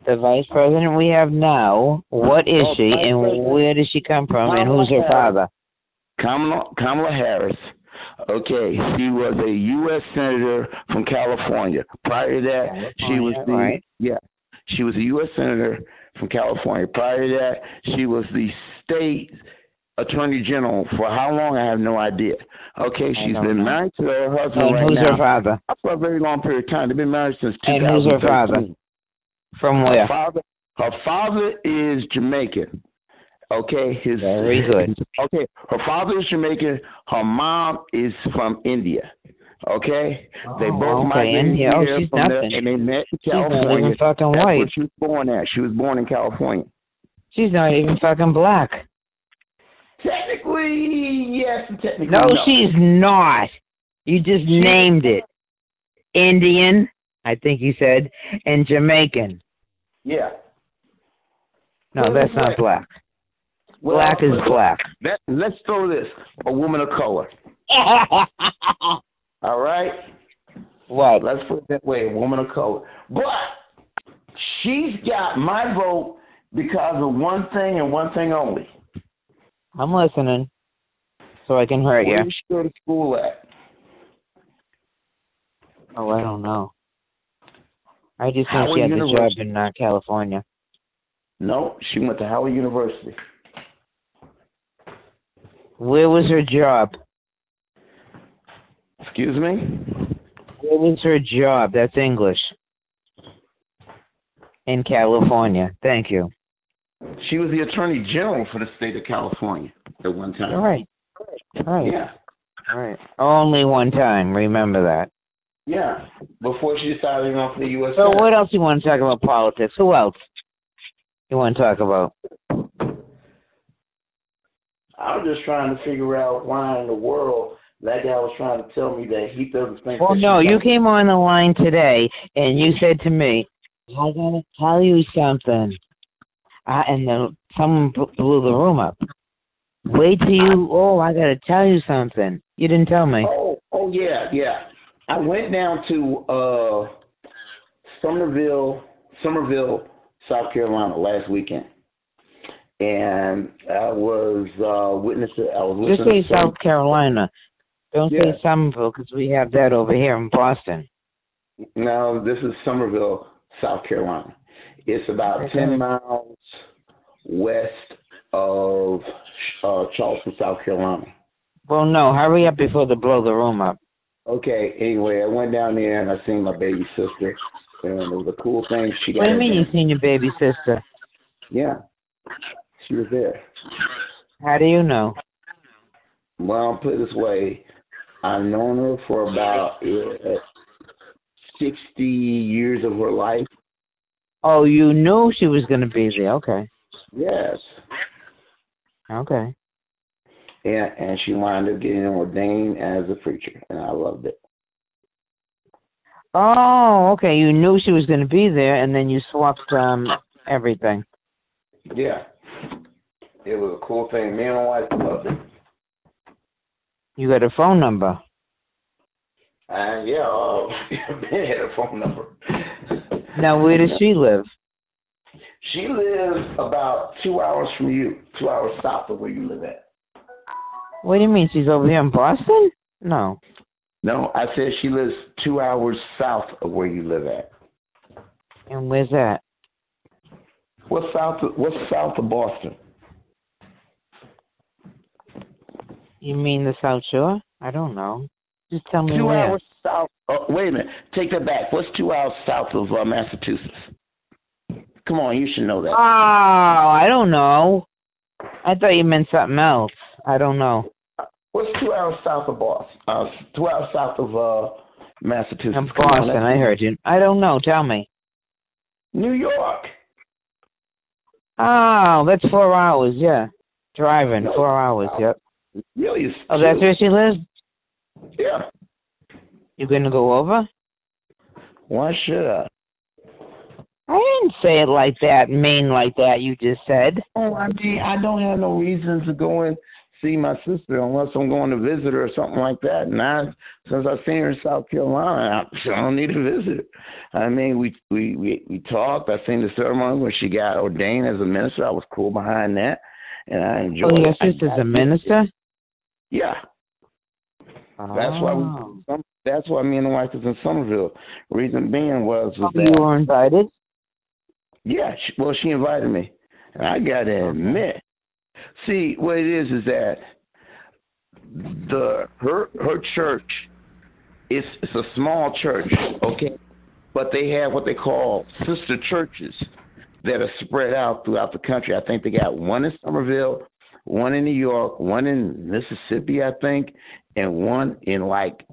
B: The vice president we have now. What
A: Oh,
B: is she, and where does she come from, and who's her father?
A: Kamala, Kamala Harris. Okay, she was a U.S. senator from California. Prior to that, she was the
B: California, right.
A: yeah, she was a U.S. senator from California. Prior to that, she was the state attorney general for how long? I have no idea. Okay, she's
B: don't
A: been
B: know.
A: married to her husband
B: And
A: right
B: who's
A: now
B: her father?
A: for a very long period of time. They've been married since
B: And who's her
A: 2013.
B: father? From
A: Her
B: where?
A: father, her father is Jamaican. Okay, his
B: Very good.
A: Okay, her father is Jamaican. Her mom is from India. Okay, they
B: Oh,
A: both
B: okay,
A: migrated
B: India. Oh,
A: here
B: she's
A: from there,
B: nothing.
A: and they met in
B: She's not even
A: California.
B: fucking
A: That's where
B: white.
A: she was born at. She was born in California.
B: She's not even fucking black.
A: Technically, yes, and technically
B: No, she's not. You just named it. Indian, I think you said, and Jamaican.
A: Yeah.
B: No, that's not black.
A: Well,
B: Black is black.
A: That, let's throw this: a woman of color. All right.
B: What?
A: Let's put it that way: a woman of color. But she's got my vote because of one thing and one thing only.
B: I'm listening, so I can hurt
A: Where
B: you.
A: did she go to school at?
B: Oh, I don't know. I just think
A: Howard
B: she had the job
A: University.
B: in uh, California.
A: No, she went to Howard University.
B: Where was her job?
A: Excuse me.
B: Where was her job? That's English. In California. Thank you.
A: She was the attorney general for the state of California at one time.
B: All right. All right.
A: Yeah.
B: Right. Only one time. Remember that.
A: Yeah, before she decided to run for the U.S.
B: So
A: Senate.
B: what else you want to talk about politics? Who else you want to talk about?
A: I'm just trying to figure out why in the world that guy was trying to tell me that he doesn't think.
B: Well,
A: that
B: no,
A: she-
B: you came on the line today and you said to me, "I gotta tell you something," I, and then someone bl- blew the room up. Wait till you. Oh, I gotta tell you something. You didn't tell me.
A: Oh, oh yeah, yeah. I went down to uh Somerville, Somerville, South Carolina last weekend, and I was uh witness. To, I was
B: Just
A: listening
B: say
A: to some-
B: South Carolina. Don't
A: Yeah.
B: say Somerville because we have that over here in Boston.
A: No, this is Somerville, South Carolina. It's about
B: Okay.
A: ten miles west of uh Charleston, South Carolina.
B: Well, no, hurry up before they blow the room up.
A: Okay, anyway, I went down there and I seen my baby sister, and it was a cool thing. She got
B: What do
A: her
B: you mean you seen your baby sister?
A: Yeah. She was there.
B: How do you know?
A: Well, put it this way, I've known her for about uh, 60 years of her life.
B: Oh, you knew she was going to be there. Okay.
A: Yes.
B: Okay.
A: And, and she wound up getting ordained as a preacher, and I loved it.
B: Oh, okay. You knew she was going to be there, and then you swapped um everything.
A: Yeah. It was a cool thing. Me and my wife loved it.
B: You got a phone number.
A: And yeah, uh, Ben had a phone number.
B: Now, where does she live?
A: She lives about two hours from you, two hours south of where you live at.
B: What do you mean she's over here in Boston? No.
A: No, I said she lives two hours south of where you live at.
B: And where's that?
A: What's south? Of, what's south of Boston?
B: You mean the South Shore? I don't know. Just tell me
A: Two
B: where.
A: hours south. Oh, wait a minute. Take that back. What's two hours south of uh, Massachusetts? Come on, you should know
B: Oh,
A: that.
B: I don't know. I thought you meant something else. I don't know.
A: What's two hours south of Boston? Uh, two hours south of uh, Massachusetts.
B: I'm
A: Come on,
B: Boston. I
A: let's-
B: heard you. I don't know. Tell me.
A: New York.
B: Oh, that's four hours. Yeah, driving four hours. Yep.
A: Really? it's
B: Oh, that's
A: cute.
B: where she lives.
A: Yeah.
B: You gonna go over?
A: Why should I?
B: I didn't say it like that, mean like that. You just said.
A: Oh, I mean, I don't have no reason to go and see my sister unless I'm going to visit her or something like that. And I, since I've seen her in South Carolina, I, I don't need a visit. I mean, we we we we talked. I seen the ceremony when she got ordained as a minister. I was cool behind that, and I
B: Oh,
A: enjoyed.
B: your
A: it. I-
B: sister's
A: I-
B: a minister.
A: Yeah, that's why
B: Oh.
A: we. Some, that's why me and the wife was in Somerville. Reason being was, was
B: Oh,
A: that
B: you were invited.
A: Yeah, she, well, she invited me, and I gotta admit, see what it is is that the her her church, it's it's a small church, okay, but they have what they call sister churches that are spread out throughout the country. I think they got one in Somerville, one in New York, one in Mississippi, I think, and one in like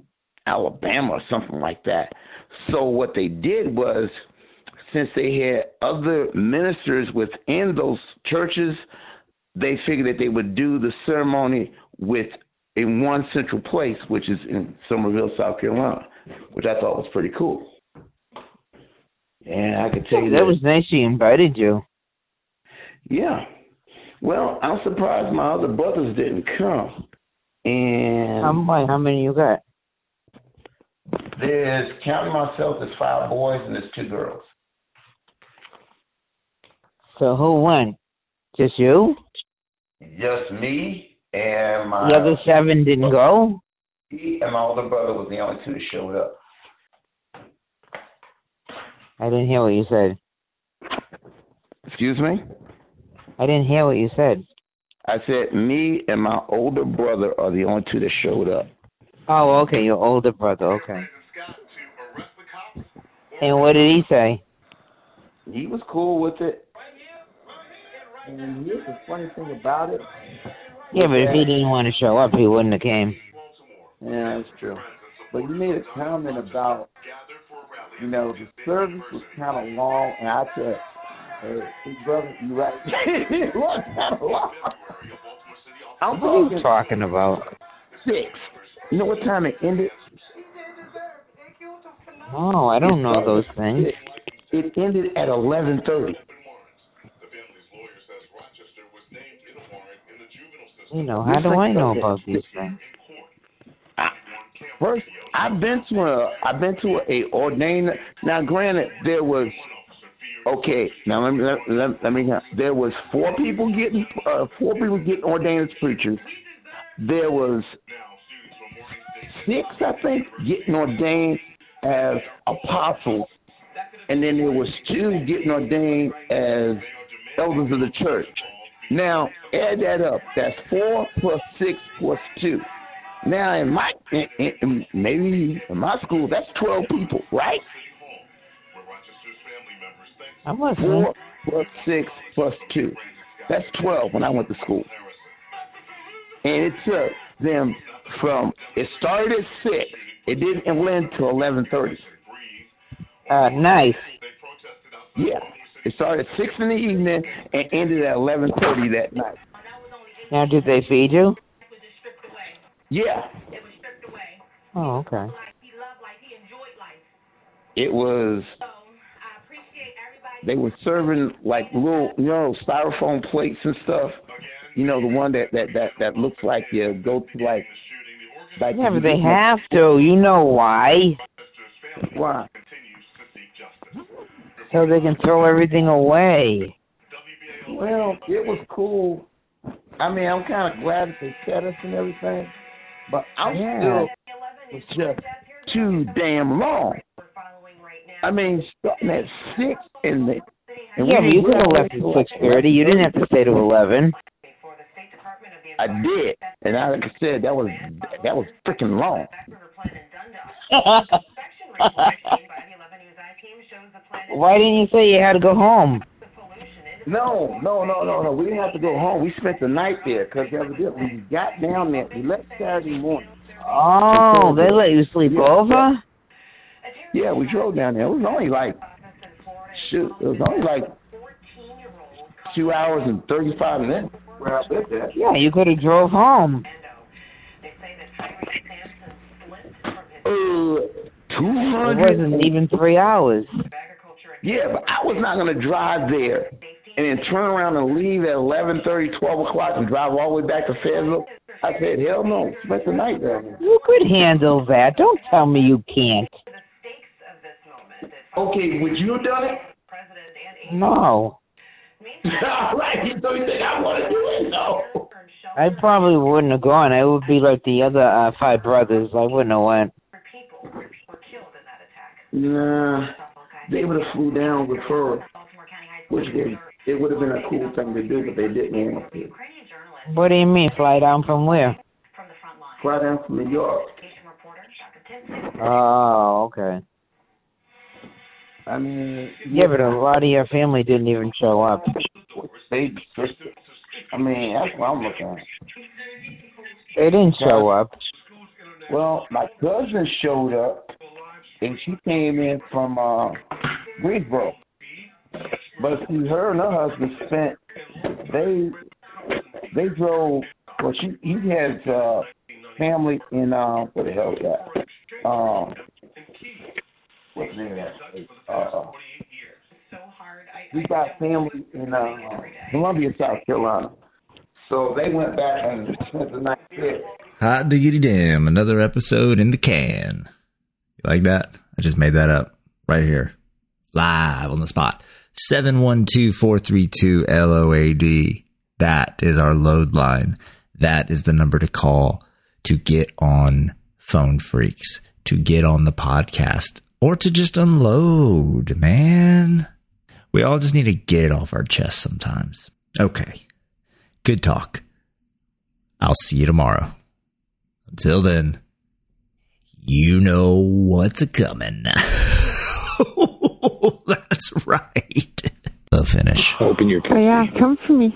A: Alabama or something like that. So what they did was since they had other ministers within those churches, they figured that they would do the ceremony with in one central place, which is in Somerville, South Carolina, which I thought was pretty cool. And I could tell you
B: That was nice. She invited you.
A: yeah. Well, I'm surprised my other brothers didn't come. And
B: How many? How many you got?
A: There's counting myself, there's five boys and there's two girls.
B: So who won? Just you?
A: Just me and my
B: The other seven didn't go.
A: he and my older brother was the only two that showed up.
B: I didn't hear what you said.
A: Excuse me?
B: I didn't hear what you said.
A: I said me and my older brother are the only two that showed up.
B: Oh, okay. Your older brother. Okay. And what did he say?
A: He was cool with it. And here's the funny thing about it.
B: Yeah, but if he didn't want to show up, he wouldn't have came.
A: Yeah, that's true. But you made a comment about, you know, the service was kind of long, and I said, hey, big brother, you right. it was kind of long. I'm
B: What are you talking about?
A: six. You know what time it ended?
B: Oh, I don't know those things.
A: It ended at 11:30.
B: You know, how do I know about these things?
A: First, I've been to a, I've been to a ordained. Now, granted, there was okay. Now let me let, let, let me. There was four people getting uh, four people getting ordained as preachers. There was six, I think, getting ordained as apostles, and then there was two getting ordained as elders of the church. Now add that up. That's four plus six plus two. Now in my in, in, in- maybe in my school that's twelve people, right?
B: I'm listening.
A: Four plus six plus two. That's twelve when I went to school. And it took them from it started at six. It didn't end till eleven thirty.
B: Uh, nice.
A: Yeah. It started at six in the evening and ended at eleven thirty that night.
B: Now, did they feed you?
A: Yeah.
B: Oh, okay.
A: It was. They were serving like little, you know, styrofoam plates and stuff. You know, the one that that that that looks like you go to like. like
B: Yeah, but they have to. You know why?
A: Why?
B: So they can throw everything away.
A: Well, it was cool. I mean, I'm kind of glad that they fed us and everything, but I'm
B: Yeah.
A: still it's just too damn long. I mean, starting at six in the. and
B: yeah,
A: we
B: but you could
A: were-
B: have left at six thirty. You didn't have to stay till eleven.
A: I did, and I, like I said, that was that was freaking long.
B: Why didn't you say you had to go home?
A: No, no, no, no, no. We didn't have to go home. We spent the night there because that was it. We got down there. We left Saturday morning.
B: Oh, they let you sleep over?
A: Yeah, we drove down there. It was only like shoot, it was only like two hours and thirty five minutes. Well, I bet that.
B: Yeah, you could have drove home.
A: Uh, Two
B: It
A: hundred.
B: wasn't even three hours.
A: Yeah, but I was not going to drive there and then turn around and leave at eleven thirty, twelve o'clock and drive all the way back to Fayetteville. I said, hell no, spend the night down there.
B: You could handle that. Don't tell me you can't.
A: Okay, would you have done it?
B: No.
A: All right, so you think I want to do it? No.
B: I probably wouldn't have gone. I would be like the other uh, five brothers. I wouldn't have went.
A: Nah, they would have flew down with her, which they, it would have been a cool thing to do, but they didn't want to.
B: What do you mean, fly down from where?
A: Fly down from New York. Uh,
B: Oh, okay.
A: I mean,
B: Yeah, but a lot of your family didn't even show up.
A: they just, I mean, that's what I'm looking at.
B: They didn't show up.
A: Well, my cousin showed up, and she came in from uh, Greensboro. But see, her and her husband spent they they drove. Well, she he has uh, family in uh, what the hell is that? Um, what's the name of that? place? Uh, we got family in uh, Columbia, South Carolina. So they went back and spent the night there.
C: Hot diggity damn! Another episode in the can. You like that? I just made that up right here, live on the spot. Seven one two four three two LOAD. That is our load line. That is the number to call to get on Phone Freaks, to get on the podcast, or to just unload, man. We all just need to get it off our chest sometimes. Okay. Good talk. I'll see you tomorrow. Until then, you know what's a coming. That's right. The finish.
J: Open your
L: Oh yeah, come for me.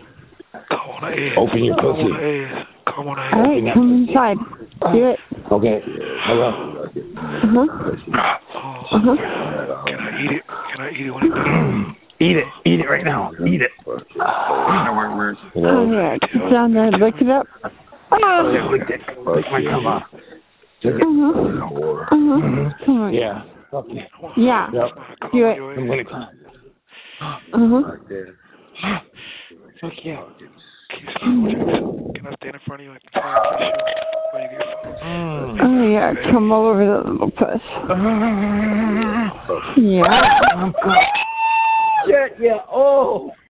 J: open your pussy.
L: All right, come inside. Do it.
P: Okay. Hello.
L: Uh-huh. Uh-huh.
A: Ah, Can I eat it? Can I eat it when it comes?
P: Eat it. Eat it right now. Eat it.
A: I don't know Ah, where, where's
L: All right. It's Oh, down there. Look it up. Oh. Uh-huh. Uh-huh. Come on.
P: Mm-hmm. Yeah.
L: Yeah. Do it.
P: I'm gonna climb.
L: Uh-huh.
A: Fuck yeah. Can you Can I stand in front of you? Like, can I kiss you? Wave your phone.
L: Oh yeah, come all over that little puss. Yeah.
P: Yeah, yeah. Oh.